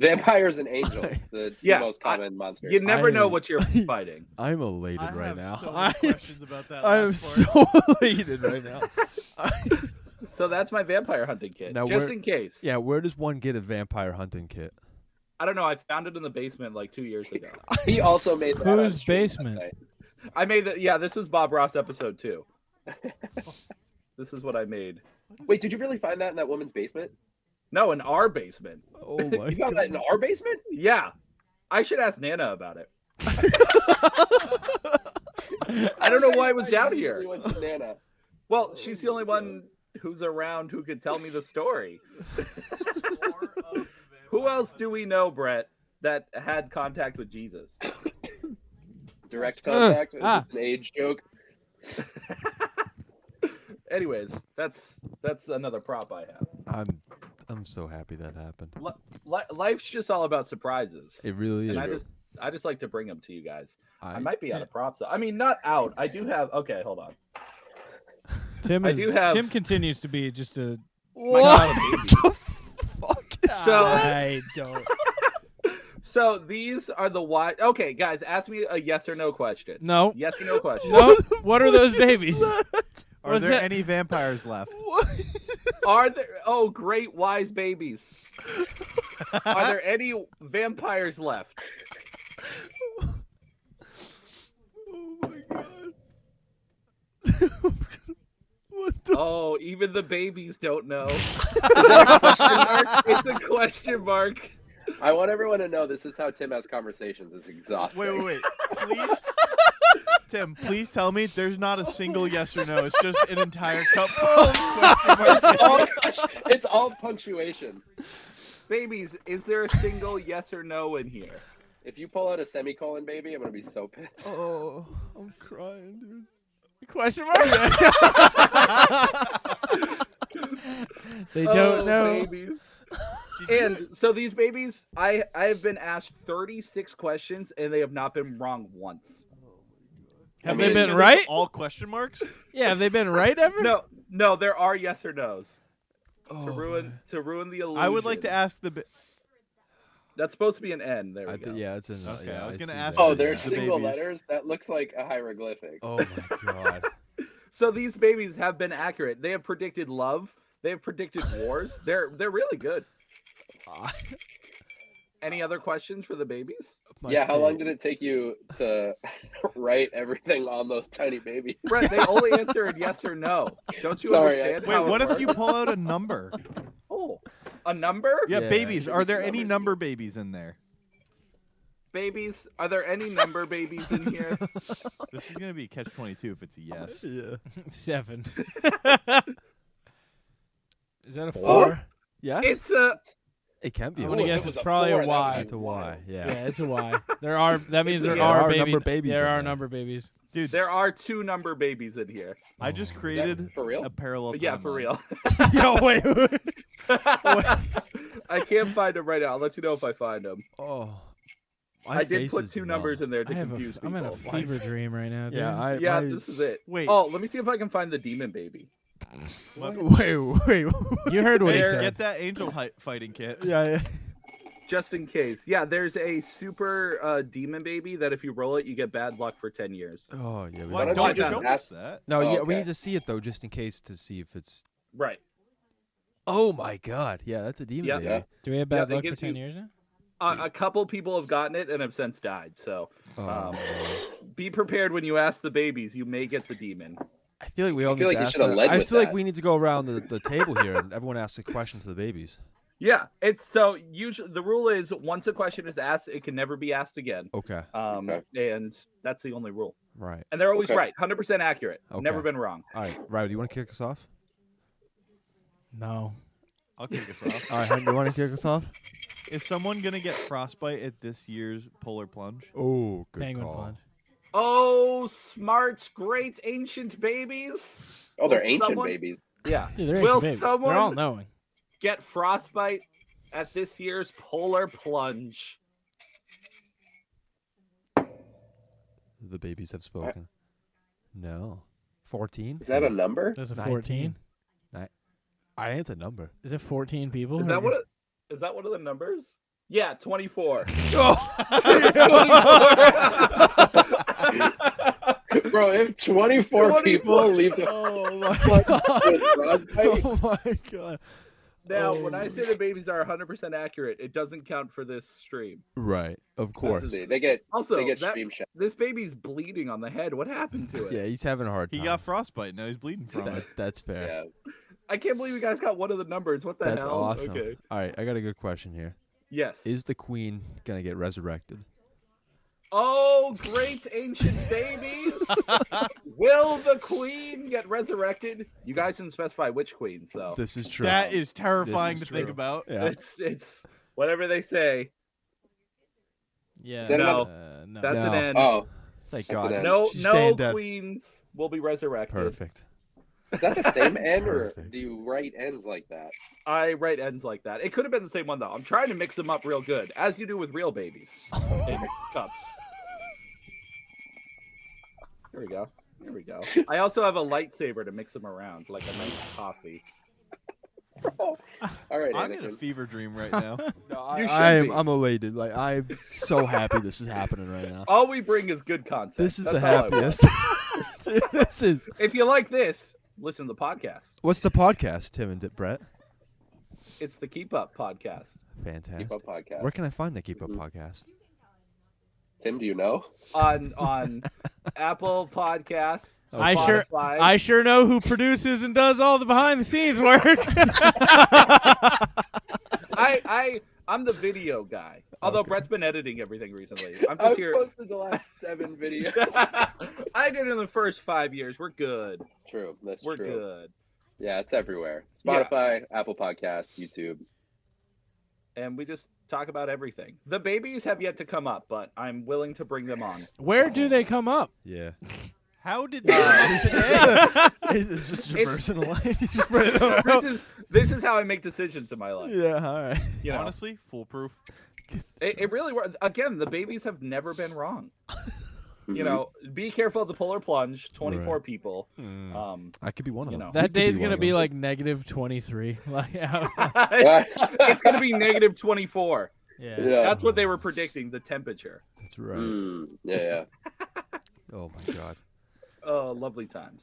Speaker 8: Vampires and angels, the two
Speaker 6: Yeah,
Speaker 8: most
Speaker 6: I-
Speaker 8: common monsters.
Speaker 6: You never know
Speaker 9: I-
Speaker 6: what you're fighting.
Speaker 9: I'm elated
Speaker 4: I
Speaker 9: right
Speaker 4: have
Speaker 9: now.
Speaker 4: So
Speaker 9: I
Speaker 4: many
Speaker 9: am,
Speaker 4: questions about that.
Speaker 9: I am
Speaker 4: last part.
Speaker 9: so elated right now.
Speaker 6: So that's my vampire hunting kit,
Speaker 9: Now
Speaker 6: just
Speaker 9: where-
Speaker 6: in case.
Speaker 9: Yeah, where does one get a vampire hunting kit?
Speaker 6: I don't know. I found it in the basement like two years ago.
Speaker 8: He also made that on
Speaker 5: Whose
Speaker 8: stream last
Speaker 5: basement?
Speaker 8: night.
Speaker 6: I made the Yeah, this was Bob Ross episode two. this is what I made.
Speaker 8: Wait, did you really find that in that woman's basement?
Speaker 6: No, in our basement.
Speaker 9: Oh my
Speaker 8: You found that in
Speaker 9: god!
Speaker 8: our basement?
Speaker 6: Yeah. I should ask Nana about it. I don't know why it was down here.
Speaker 8: He went to Nana.
Speaker 6: Well, she's the only one who's around who could tell me the story. Who else do we know, Brett, that had contact with Jesus?
Speaker 8: Direct contact. Is
Speaker 5: ah.
Speaker 8: this an age joke?
Speaker 6: Anyways, that's that's another prop I have.
Speaker 9: I'm I'm so happy that happened.
Speaker 6: Li- life's just all about surprises,
Speaker 9: It really is.
Speaker 6: and I just I just like to bring them to you guys. I,
Speaker 9: I-
Speaker 6: might be out of props. though. I mean, not out. I do have. Okay, hold on.
Speaker 5: Tim
Speaker 6: I
Speaker 5: is,
Speaker 6: do have-
Speaker 5: Tim continues to be just a
Speaker 7: Oh
Speaker 9: what the fuck? is-
Speaker 6: So
Speaker 5: I don't
Speaker 6: so these are the why. Okay, guys, ask me a yes or no question.
Speaker 5: No.
Speaker 6: Yes or no question.
Speaker 5: No. What are those babies?
Speaker 4: Are
Speaker 5: What's
Speaker 4: there
Speaker 5: that?
Speaker 4: any vampires left?
Speaker 9: What?
Speaker 6: Are there? Oh, great wise babies. Are there any vampires left? Oh, even the babies don't know. it's a question mark.
Speaker 8: I want everyone to know this is how Tim has conversations. It's exhausting.
Speaker 4: Wait, wait, wait. Please, Tim, please tell me there's not a single yes or no. It's just an entire cup.
Speaker 8: Oh, gosh. It's all punctuation.
Speaker 6: Babies, is there a single yes or no in here?
Speaker 8: If you pull out a semicolon, baby, I'm gonna be so pissed.
Speaker 9: Oh, I'm crying, dude.
Speaker 5: Question mark. they don't
Speaker 6: Oh,
Speaker 5: know.
Speaker 6: Babies. And so these babies, I I have been asked 36 questions and they have not been wrong once.
Speaker 5: Have
Speaker 4: I mean,
Speaker 5: they been
Speaker 4: those are
Speaker 5: right?
Speaker 4: All question marks?
Speaker 5: Yeah, have they been right ever?
Speaker 6: No, no, there are yes or nos. to ruin to ruin the illusion.
Speaker 4: I would like to ask the. Ba-
Speaker 6: That's supposed to be an N. There we
Speaker 9: I
Speaker 6: go.
Speaker 9: th- yeah, it's in.
Speaker 4: Okay,
Speaker 9: yeah,
Speaker 4: I was gonna
Speaker 9: see
Speaker 4: ask
Speaker 9: that,
Speaker 4: you
Speaker 8: Oh,
Speaker 4: they're
Speaker 8: there are
Speaker 9: yeah.
Speaker 4: The
Speaker 8: single
Speaker 4: babies.
Speaker 8: letters. That looks like a hieroglyphic.
Speaker 9: Oh my god.
Speaker 6: So these babies have been accurate. They have predicted love. They have predicted wars. They're they're really good.
Speaker 9: Ah,
Speaker 6: Any other questions for the babies?
Speaker 9: my
Speaker 8: yeah, how long
Speaker 9: feet.
Speaker 8: did it take you to write everything on those tiny babies?
Speaker 6: Brett, they only answered yes or no. Don't you
Speaker 8: Sorry, I-
Speaker 6: understand?
Speaker 4: Wait,
Speaker 6: how it
Speaker 4: what if
Speaker 6: works?
Speaker 4: you pull out a number?
Speaker 6: Oh, a number?
Speaker 4: Yeah,
Speaker 9: Yeah.
Speaker 4: babies. Are there any
Speaker 8: Numbers.
Speaker 4: number babies in there?
Speaker 6: Babies? Are there any number babies in here?
Speaker 4: This is gonna be catch twenty two if it's a yes.
Speaker 9: Yeah.
Speaker 5: Seven. Is that a four?
Speaker 9: Yes.
Speaker 6: It's a
Speaker 9: it can be.
Speaker 5: I
Speaker 9: a
Speaker 5: want to
Speaker 9: four.
Speaker 8: Ooh,
Speaker 5: guess
Speaker 8: if it was
Speaker 5: it's
Speaker 8: a
Speaker 5: probably
Speaker 8: four,
Speaker 5: a
Speaker 8: that
Speaker 5: Y.
Speaker 9: That's a Y. Yeah.
Speaker 5: Yeah, it's a Y. There are that means there
Speaker 6: There
Speaker 5: are,
Speaker 9: are
Speaker 5: baby,
Speaker 9: number babies
Speaker 5: There
Speaker 9: in
Speaker 5: are
Speaker 9: there.
Speaker 5: number babies.
Speaker 4: Dude,
Speaker 6: there are two number babies in here.
Speaker 4: I just created
Speaker 8: for real?
Speaker 4: a parallel.
Speaker 6: yeah, for
Speaker 4: timeline.
Speaker 6: real.
Speaker 9: Yo, wait. wait.
Speaker 6: I can't find them right now. I'll let you know if I find them.
Speaker 9: Oh. My
Speaker 6: I did
Speaker 9: face
Speaker 6: put
Speaker 9: is
Speaker 6: two
Speaker 9: numb.
Speaker 6: numbers in there
Speaker 5: I
Speaker 6: to
Speaker 5: have a,
Speaker 6: confuse
Speaker 5: f-
Speaker 6: people.
Speaker 5: I'm in a fever dream right now. Dude.
Speaker 9: Yeah. I.
Speaker 6: yeah,
Speaker 9: my-
Speaker 6: this is it.
Speaker 4: Wait.
Speaker 6: Oh, let me see if I can find the demon baby.
Speaker 9: Wait. Wait.
Speaker 5: you heard what he
Speaker 4: There,
Speaker 5: said.
Speaker 4: get that angel hi- fighting kit.
Speaker 9: yeah. yeah.
Speaker 6: Just in case. Yeah, there's a super uh, demon baby that if you roll it, you get bad luck for 10 years.
Speaker 9: Oh yeah. We
Speaker 4: Why
Speaker 9: don't
Speaker 8: don't
Speaker 9: want
Speaker 8: you
Speaker 4: don't
Speaker 9: that.
Speaker 8: just
Speaker 4: show
Speaker 8: ask-
Speaker 4: us that?
Speaker 9: No,
Speaker 8: Oh,
Speaker 9: yeah, we
Speaker 8: okay.
Speaker 9: need to see it though, just in case to see if it's.
Speaker 6: Right.
Speaker 9: Oh my God! Yeah, that's a demon
Speaker 6: Yeah.
Speaker 9: baby.
Speaker 8: Yeah.
Speaker 5: Do we have
Speaker 6: Yeah,
Speaker 5: bad
Speaker 6: it
Speaker 5: luck for
Speaker 6: gives
Speaker 5: ten
Speaker 6: you-
Speaker 5: years now?
Speaker 6: Uh, a couple people have gotten it and have since died. So
Speaker 9: Oh,
Speaker 6: Um,
Speaker 9: no.
Speaker 6: be prepared when you ask the babies, you may get the demon.
Speaker 9: I feel like we all
Speaker 8: feel like
Speaker 9: need to
Speaker 8: you
Speaker 9: ask
Speaker 8: should've
Speaker 9: that-
Speaker 8: led
Speaker 9: I
Speaker 8: with
Speaker 9: feel like
Speaker 8: that.
Speaker 9: we need to go around the, the table here and everyone asks a question to the babies.
Speaker 6: Yeah, it's so usually the rule is once a question is asked, it can never be asked again.
Speaker 9: Okay.
Speaker 6: Um, And that's the only rule.
Speaker 9: Right.
Speaker 6: And they're always
Speaker 8: Okay.
Speaker 6: right, 100% accurate. Never
Speaker 9: Okay.
Speaker 6: been wrong.
Speaker 9: All right. Right. Do you want to kick us off?
Speaker 5: No.
Speaker 4: I'll kick us off.
Speaker 9: All right. Hen, you want to kick us off?
Speaker 4: Is someone gonna get frostbite at this year's polar plunge?
Speaker 9: Oh, good
Speaker 5: Penguin
Speaker 9: call.
Speaker 5: plunge.
Speaker 6: Oh, smart's great ancient babies.
Speaker 8: Oh, they're
Speaker 6: Well,
Speaker 8: ancient
Speaker 6: someone-
Speaker 8: babies.
Speaker 6: Yeah.
Speaker 5: Dude, they're
Speaker 6: Will
Speaker 5: ancient babies.
Speaker 6: someone-
Speaker 5: They're all knowing.
Speaker 6: Get frostbite at this year's polar plunge.
Speaker 9: The babies have spoken. No. Fourteen.
Speaker 8: Is that a number?
Speaker 5: That's a
Speaker 9: 19.
Speaker 5: fourteen.
Speaker 9: I answered number.
Speaker 5: Is it fourteen
Speaker 9: Oh
Speaker 5: people?
Speaker 6: Is
Speaker 5: or-
Speaker 6: that what? Is that one of the numbers? Yeah, 24.
Speaker 8: Bro, if 24,
Speaker 6: 24.
Speaker 8: people leave the
Speaker 9: oh my
Speaker 8: with
Speaker 9: god.
Speaker 8: frostbite,
Speaker 9: oh my god.
Speaker 6: now,
Speaker 9: Oh.
Speaker 6: when I say the babies are 100% accurate, it doesn't count for this stream.
Speaker 9: Right. Of course.
Speaker 8: they get
Speaker 6: Also,
Speaker 8: they get
Speaker 6: that,
Speaker 8: stream shot.
Speaker 6: this baby's bleeding on the head. What happened to it?
Speaker 9: Yeah, he's having a hard
Speaker 4: He
Speaker 9: time.
Speaker 4: got frostbite. Now he's bleeding from
Speaker 9: That-
Speaker 4: it.
Speaker 9: that's fair.
Speaker 8: Yeah.
Speaker 6: I can't believe you guys got one of the numbers. What the
Speaker 9: That's
Speaker 6: hell?
Speaker 9: awesome.
Speaker 6: Okay.
Speaker 9: All right, I got a good question here.
Speaker 6: Yes.
Speaker 9: Is the queen gonna get resurrected?
Speaker 6: Oh, great ancient babies! Will the queen get resurrected? You guys didn't specify which queen, so
Speaker 9: This is true.
Speaker 4: That is terrifying
Speaker 9: This is
Speaker 4: to think
Speaker 9: true.
Speaker 4: about.
Speaker 9: Yeah.
Speaker 6: it's it's whatever they say.
Speaker 5: Yeah.
Speaker 8: that
Speaker 5: uh, no.
Speaker 6: That's
Speaker 9: No.
Speaker 6: an end.
Speaker 8: Oh,
Speaker 9: Thank
Speaker 8: That's
Speaker 9: God.
Speaker 8: an end.
Speaker 6: no,
Speaker 9: She's
Speaker 6: no
Speaker 9: staying dead.
Speaker 6: queens will be resurrected.
Speaker 9: Perfect.
Speaker 8: is that the same end, or
Speaker 9: Perfect.
Speaker 8: do you write ends like that?
Speaker 6: I write ends like that. It could have been the same one though. I'm trying to mix them up real good, as you do with real babies in cups. There we go. There we go. I also have a lightsaber to mix them around like a nice coffee.
Speaker 8: All right,
Speaker 4: I'm in a
Speaker 8: Anakin.
Speaker 4: fever dream right now.
Speaker 6: You should
Speaker 9: I am.
Speaker 6: be.
Speaker 9: I'm elated. Like I'm so happy this is happening right now.
Speaker 6: All we bring is good content.
Speaker 9: This is
Speaker 6: That's
Speaker 9: the
Speaker 6: all I want.
Speaker 9: happiest. Dude, this is.
Speaker 6: If you like this, listen to the podcast.
Speaker 9: What's the podcast, Tim and Di- Brett?
Speaker 6: It's the Keep Up podcast.
Speaker 9: Fantastic.
Speaker 8: Keep Up Podcast.
Speaker 9: Where can I find the Keep Up
Speaker 8: Mhm.
Speaker 9: podcast?
Speaker 8: Tim, do you know?
Speaker 6: on on Apple Podcasts.
Speaker 9: Oh,
Speaker 5: I sure-
Speaker 6: Spotify.
Speaker 5: I sure know who produces and does all the behind the scenes work.
Speaker 6: I I I'm the video guy. Although Brett's been editing everything recently. I'm just
Speaker 8: I've
Speaker 6: here.
Speaker 8: posted the last seven videos.
Speaker 6: I did it in the first five years. We're good.
Speaker 8: true. That's
Speaker 6: We're
Speaker 8: true.
Speaker 6: good.
Speaker 8: Yeah, it's everywhere.
Speaker 6: Yeah.
Speaker 8: Spotify, Apple Podcasts, YouTube.
Speaker 6: And we just talk about everything. The babies have yet to come up, but I'm willing to bring them on.
Speaker 5: Where do they come up?
Speaker 9: Yeah.
Speaker 1: How did this today?
Speaker 9: it's just
Speaker 6: It-
Speaker 9: reversing a line. You just put it up.
Speaker 6: This is this is how I make decisions in my life.
Speaker 9: yeah, all right.
Speaker 6: You know,
Speaker 1: Honestly, foolproof.
Speaker 6: it, it really works. Again, the babies have never been wrong.
Speaker 8: Mm-hmm.
Speaker 6: You know, be careful of the polar plunge. Twenty-four people. Um,
Speaker 9: I could be one of
Speaker 6: you know.
Speaker 9: them. You
Speaker 5: That
Speaker 9: could be
Speaker 5: day's
Speaker 9: one
Speaker 5: gonna
Speaker 9: of
Speaker 5: be
Speaker 9: them.
Speaker 5: like negative twenty three. Like, out-
Speaker 8: Yeah.
Speaker 6: it's going to be negative 24.
Speaker 5: yeah.
Speaker 8: yeah.
Speaker 6: That's what they were predicting, the temperature.
Speaker 9: That's right.
Speaker 8: Mm, yeah, yeah.
Speaker 9: Oh my god.
Speaker 6: Oh, lovely times.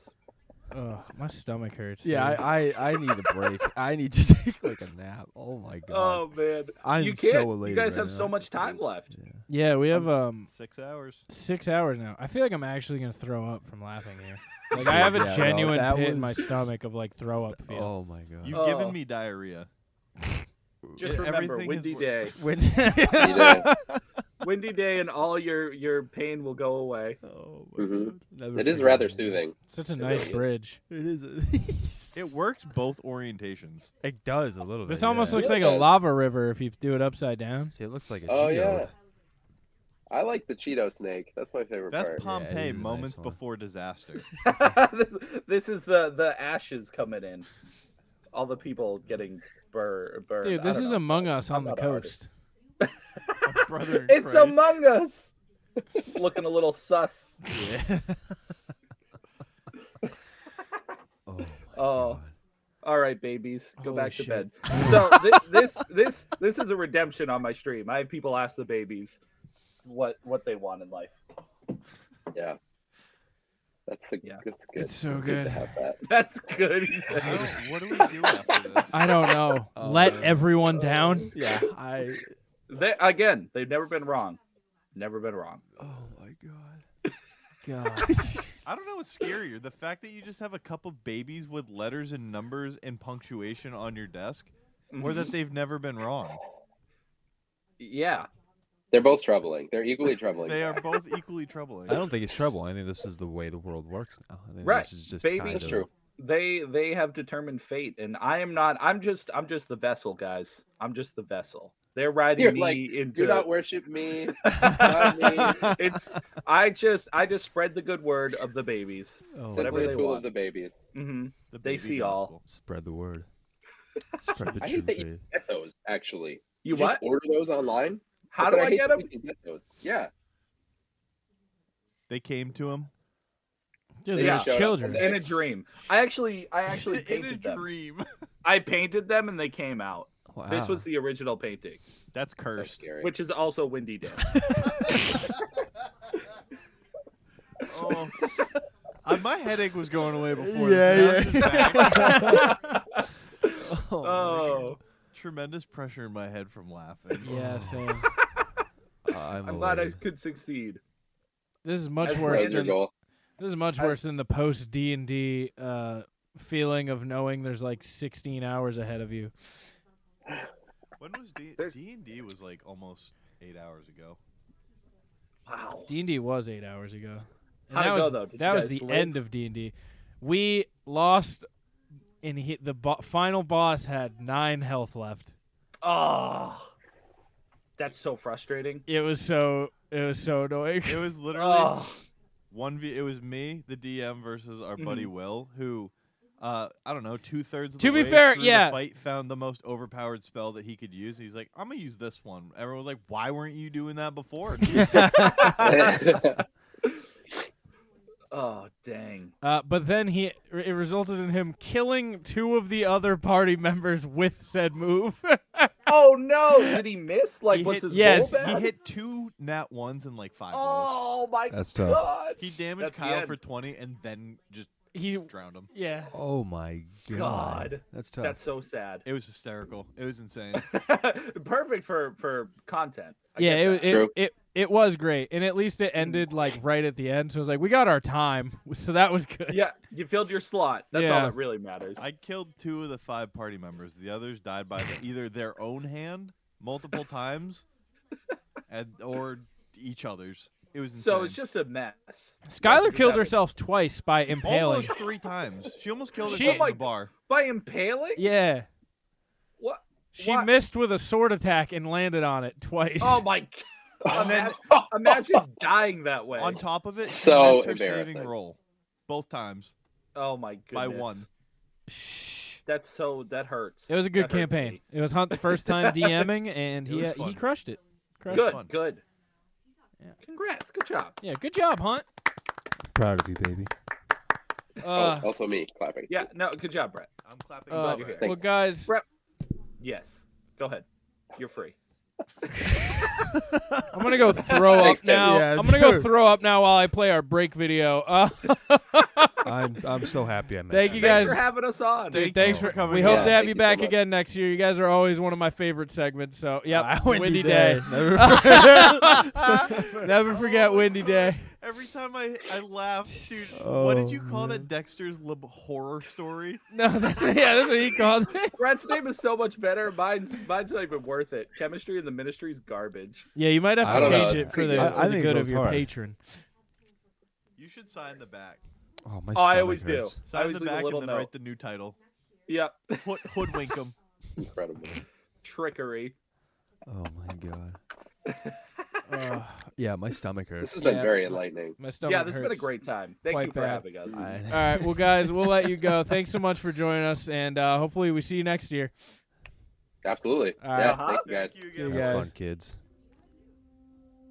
Speaker 5: Ugh, my stomach hurts.
Speaker 9: Yeah,
Speaker 5: dude.
Speaker 9: I, I, I need a break. I need to take like a nap. Oh my god.
Speaker 6: Oh, man.
Speaker 9: I'm
Speaker 6: you
Speaker 9: so
Speaker 6: can't. you
Speaker 9: elated
Speaker 6: guys
Speaker 9: right
Speaker 6: have so
Speaker 9: now.
Speaker 6: much time left.
Speaker 5: yeah. We have um
Speaker 1: Six hours.
Speaker 5: six hours now. I feel like I'm actually gonna throw up from laughing here. Like I have a
Speaker 9: Yeah, no,
Speaker 5: genuine
Speaker 9: that
Speaker 5: pit in my
Speaker 9: was-
Speaker 5: stomach of like throw up feel.
Speaker 9: Oh my god.
Speaker 1: You've
Speaker 6: Oh.
Speaker 1: given me diarrhea.
Speaker 6: Just
Speaker 1: Yeah,
Speaker 6: remember,
Speaker 1: everything is
Speaker 6: windy
Speaker 1: wor-
Speaker 6: day.
Speaker 8: You did.
Speaker 6: windy day and all your, your pain will go away.
Speaker 9: Oh my
Speaker 8: Mhm.
Speaker 9: god. Never
Speaker 8: It is
Speaker 9: forget
Speaker 8: rather
Speaker 9: that.
Speaker 8: soothing.
Speaker 5: Such a nice bridge.
Speaker 9: It is.
Speaker 1: It works both orientations.
Speaker 9: It does a little bit.
Speaker 5: This almost
Speaker 9: yeah.
Speaker 5: looks like a lava river if you do it upside down.
Speaker 9: See, it looks like a
Speaker 8: Oh,
Speaker 9: geode.
Speaker 8: yeah. I like the Cheeto snake. That's my favorite
Speaker 1: That's
Speaker 8: part.
Speaker 9: Yeah, it
Speaker 1: Pompeii
Speaker 9: is a nice
Speaker 1: moments
Speaker 9: one.
Speaker 1: before disaster.
Speaker 6: this, this is the, the ashes coming in. All the people getting bur- burned.
Speaker 5: Dude,
Speaker 6: I
Speaker 5: this
Speaker 6: don't
Speaker 5: is
Speaker 6: know.
Speaker 5: Among Us on
Speaker 6: I'm
Speaker 5: the
Speaker 6: not an artist.
Speaker 5: coast.
Speaker 1: Brother, in
Speaker 6: It's
Speaker 1: Christ.
Speaker 6: Among Us. Looking a little sus.
Speaker 9: Yeah. oh.
Speaker 6: Oh.
Speaker 9: God.
Speaker 6: All right, babies, go
Speaker 5: Holy
Speaker 6: back
Speaker 5: shit.
Speaker 6: to bed. So this, this this this is a redemption on my stream. I have people ask the babies what what they want in life.
Speaker 8: Yeah. That's, a,
Speaker 6: Yeah.
Speaker 8: that's good.
Speaker 5: It's so
Speaker 8: good.
Speaker 5: good.
Speaker 8: to have that.
Speaker 6: That's good. he said.
Speaker 1: I don't- What do we do after this?
Speaker 5: I don't know.
Speaker 9: Oh,
Speaker 5: Let
Speaker 9: man.
Speaker 5: everyone down.
Speaker 9: Yeah. I.
Speaker 6: They, again, they've never been wrong. Never been wrong.
Speaker 9: Oh my god.
Speaker 5: God.
Speaker 1: I don't know what's scarier, the fact that you just have a couple babies with letters and numbers and punctuation on your desk, Mm-hmm. or that they've never been wrong.
Speaker 6: Yeah.
Speaker 8: They're both troubling. They're equally troubling.
Speaker 1: They are both equally troubling.
Speaker 9: I don't think it's trouble. I think this is the way the world works now. I think
Speaker 6: Right.
Speaker 9: This is just
Speaker 6: Baby-
Speaker 9: kind
Speaker 8: That's
Speaker 9: of-
Speaker 8: true.
Speaker 6: They they have determined fate and I am not I'm just I'm just the vessel, guys. I'm just the vessel. They're riding
Speaker 8: You're
Speaker 6: me
Speaker 8: like,
Speaker 6: into
Speaker 8: Do not worship me. not me.
Speaker 6: It's I just I just spread the good word of the babies.
Speaker 9: Oh,
Speaker 8: Simply
Speaker 6: Whatever
Speaker 8: a
Speaker 6: they
Speaker 9: man.
Speaker 8: tool
Speaker 6: want.
Speaker 8: of the babies.
Speaker 6: Mhm.
Speaker 1: The
Speaker 6: they
Speaker 1: baby
Speaker 6: see all.
Speaker 1: gospel.
Speaker 9: Spread the word. Spread the
Speaker 8: I
Speaker 9: true
Speaker 8: hate that you-
Speaker 9: faith.
Speaker 8: Get those, actually.
Speaker 6: You
Speaker 8: just
Speaker 6: what?
Speaker 8: order those online?
Speaker 6: How
Speaker 8: said
Speaker 6: do I,
Speaker 8: hate
Speaker 6: get
Speaker 8: that
Speaker 6: them?
Speaker 8: we can get those. Yeah.
Speaker 1: They came to him
Speaker 5: Dude,
Speaker 8: They
Speaker 5: there's
Speaker 8: showed up
Speaker 5: children.
Speaker 8: someday.
Speaker 6: in a dream. I actually, I actually
Speaker 1: in
Speaker 6: painted
Speaker 1: a
Speaker 6: them.
Speaker 1: dream.
Speaker 6: I painted them and they came out.
Speaker 9: Wow.
Speaker 6: This was the original painting,
Speaker 1: That's
Speaker 8: So
Speaker 1: cursed.
Speaker 8: scary.
Speaker 6: which is also Windy Day.
Speaker 1: Oh, I, my headache was going away before.
Speaker 9: Yeah,
Speaker 1: this. Now it's just back.
Speaker 9: Oh,
Speaker 6: oh,
Speaker 1: Tremendous pressure in my head from laughing.
Speaker 5: Yeah, same.
Speaker 9: I'm,
Speaker 6: I'm glad I
Speaker 9: elated.
Speaker 6: could succeed.
Speaker 5: This is much
Speaker 6: That's
Speaker 5: worse
Speaker 6: right.
Speaker 8: That was your
Speaker 5: than
Speaker 8: goal.
Speaker 5: this is much
Speaker 6: I-
Speaker 5: worse than the post D and D uh, feeling of knowing there's like 16 hours ahead of you.
Speaker 1: When was D
Speaker 6: There's-
Speaker 1: D and D was like almost eight hours ago.
Speaker 6: Wow.
Speaker 5: D and D was eight hours ago. And
Speaker 6: How'd
Speaker 5: that
Speaker 6: it
Speaker 5: was,
Speaker 6: go, though? Did you
Speaker 5: that was
Speaker 6: guys
Speaker 5: the
Speaker 6: live?
Speaker 5: end of D and D. We lost, and he, the bo- final boss had nine health left.
Speaker 6: Oh, that's so frustrating.
Speaker 5: It was so it was so annoying.
Speaker 1: It was literally
Speaker 6: Oh,
Speaker 1: one v. It was me, the DM, versus
Speaker 5: Mm-hmm.
Speaker 1: our buddy Will, who, uh, I don't know, two thirds.
Speaker 5: To
Speaker 1: the
Speaker 5: be
Speaker 1: way
Speaker 5: fair,
Speaker 1: through
Speaker 5: yeah.
Speaker 1: The fight found the most overpowered spell that he could use. He's like, I'm gonna use this one. Everyone was like, Why weren't you doing that before? dude?"
Speaker 6: oh, dang.
Speaker 5: Uh, but then he it resulted in him killing two of the other party members with said move.
Speaker 6: Oh no! Did he miss? Like,
Speaker 1: He
Speaker 6: was
Speaker 1: hit-
Speaker 6: his
Speaker 5: yes,
Speaker 6: roll bad?
Speaker 1: he hit two nat ones and like five rolls.
Speaker 6: Oh my
Speaker 9: That's tough.
Speaker 6: god!
Speaker 1: He damaged
Speaker 6: That's the
Speaker 1: Kyle
Speaker 6: end.
Speaker 1: for 20 and then just
Speaker 5: he
Speaker 1: Drowned him.
Speaker 5: yeah.
Speaker 9: Oh my god.
Speaker 6: God.
Speaker 9: That's tough.
Speaker 6: That's so sad.
Speaker 1: It was hysterical. It was insane.
Speaker 6: Perfect for for content. I
Speaker 5: yeah,
Speaker 6: get
Speaker 5: it,
Speaker 6: that.
Speaker 5: it,
Speaker 8: True.
Speaker 5: it it was great, and at least it ended like right at the end. So it was like, we got our time, so that was good.
Speaker 6: yeah, you filled your slot. That's all
Speaker 5: Yeah.
Speaker 6: that really matters.
Speaker 1: I killed two of the five party members. The others died by the, either their own hand multiple times, and or each other's. It was insane.
Speaker 6: so it's just a mess.
Speaker 5: Skylar
Speaker 6: Just
Speaker 5: killed
Speaker 6: having-
Speaker 5: herself twice by impaling.
Speaker 1: almost three times. She almost killed
Speaker 5: She-
Speaker 1: herself in
Speaker 6: Like-
Speaker 1: the bar.
Speaker 6: by impaling.
Speaker 5: Yeah,
Speaker 6: What?
Speaker 5: she
Speaker 6: Why-
Speaker 5: missed with a sword attack and landed on it twice.
Speaker 6: Oh my. g-
Speaker 1: And then-
Speaker 6: Imagine, imagine dying that way.
Speaker 1: On top of it, she
Speaker 8: So
Speaker 1: missed her saving
Speaker 8: embarrassing.
Speaker 1: roll both times
Speaker 6: oh my goodness.
Speaker 1: by one.
Speaker 5: Shh.
Speaker 6: That's so that hurts.
Speaker 5: It was a good
Speaker 6: That hurts
Speaker 5: campaign.
Speaker 6: me.
Speaker 5: It was Hunt's first time DMing, and
Speaker 1: It
Speaker 5: he
Speaker 1: was
Speaker 5: uh,
Speaker 1: fun.
Speaker 5: he crushed it. Crushed
Speaker 6: Good,
Speaker 5: It.
Speaker 1: fun.
Speaker 6: good.
Speaker 5: Yeah.
Speaker 6: Congrats. Good job.
Speaker 5: Yeah, good job, Hunt.
Speaker 9: proud of you, baby.
Speaker 5: Uh,
Speaker 8: oh, also me clapping.
Speaker 6: Yeah. No. Good job, Brett.
Speaker 1: I'm clapping.
Speaker 5: uh,
Speaker 6: glad you're here.
Speaker 5: well, guys,
Speaker 6: Brett- Yes. Go ahead. You're free.
Speaker 5: I'm gonna go throw up
Speaker 8: Thanks, Tim.
Speaker 5: now.
Speaker 9: Yeah,
Speaker 5: I'm gonna go
Speaker 9: dude.
Speaker 5: throw up now while I play our break video. Uh,
Speaker 9: I'm I'm so happy I met
Speaker 5: Thank you
Speaker 6: Thanks
Speaker 5: guys.
Speaker 6: for having us on.
Speaker 5: Dude, thanks
Speaker 9: you.
Speaker 5: for
Speaker 9: Oh,
Speaker 5: coming. We
Speaker 8: yeah,
Speaker 5: hope to have
Speaker 8: thank
Speaker 5: you
Speaker 8: you so
Speaker 5: back
Speaker 8: much.
Speaker 5: again next year. You guys are always one of my favorite segments. So, yep,
Speaker 9: Ah,
Speaker 5: windy, day.
Speaker 9: Never-
Speaker 5: Never forget windy day.
Speaker 1: Every time I, I laugh, dude, what did you
Speaker 9: Oh,
Speaker 1: call that Dexter's lib horror story?
Speaker 5: No, that's what, yeah, that's what he called it.
Speaker 6: Brett's name is so much better. Mine's mine's not even worth it. Chemistry in the ministry is garbage.
Speaker 5: Yeah, you might have
Speaker 9: I
Speaker 5: to
Speaker 9: don't know,
Speaker 5: change
Speaker 8: it's
Speaker 5: it for
Speaker 8: pretty
Speaker 5: the,
Speaker 8: good.
Speaker 5: for
Speaker 9: I- I
Speaker 5: the
Speaker 9: think it
Speaker 5: good of
Speaker 9: goes
Speaker 5: your
Speaker 9: hard.
Speaker 5: patron.
Speaker 1: You should sign the back.
Speaker 9: oh, my
Speaker 6: Oh, I
Speaker 9: stomach
Speaker 6: always do.
Speaker 9: hurts.
Speaker 6: I
Speaker 1: Sign
Speaker 6: always
Speaker 1: the
Speaker 6: leave a
Speaker 1: back and
Speaker 6: little
Speaker 1: then
Speaker 6: note.
Speaker 1: write the new title.
Speaker 6: Yep.
Speaker 1: Hood, hoodwink 'em.
Speaker 8: Incredible.
Speaker 6: Trickery.
Speaker 9: Oh my god.
Speaker 5: Uh,
Speaker 9: Yeah, my stomach
Speaker 8: This
Speaker 9: hurts.
Speaker 8: has been
Speaker 5: Yeah.
Speaker 8: very enlightening.
Speaker 5: my stomach
Speaker 6: yeah, this has
Speaker 5: hurts.
Speaker 6: been a great time. Thank
Speaker 5: Quite
Speaker 6: you for
Speaker 5: bad.
Speaker 6: having us.
Speaker 5: All right, well, guys, we'll let you go. Thanks so much for joining us, and uh, hopefully we see you next year.
Speaker 8: Absolutely.
Speaker 5: All right.
Speaker 8: yeah,
Speaker 6: Uh-huh.
Speaker 8: thank you guys.
Speaker 1: Thank you
Speaker 9: I,
Speaker 1: again.
Speaker 9: have
Speaker 5: guys.
Speaker 9: fun, kids.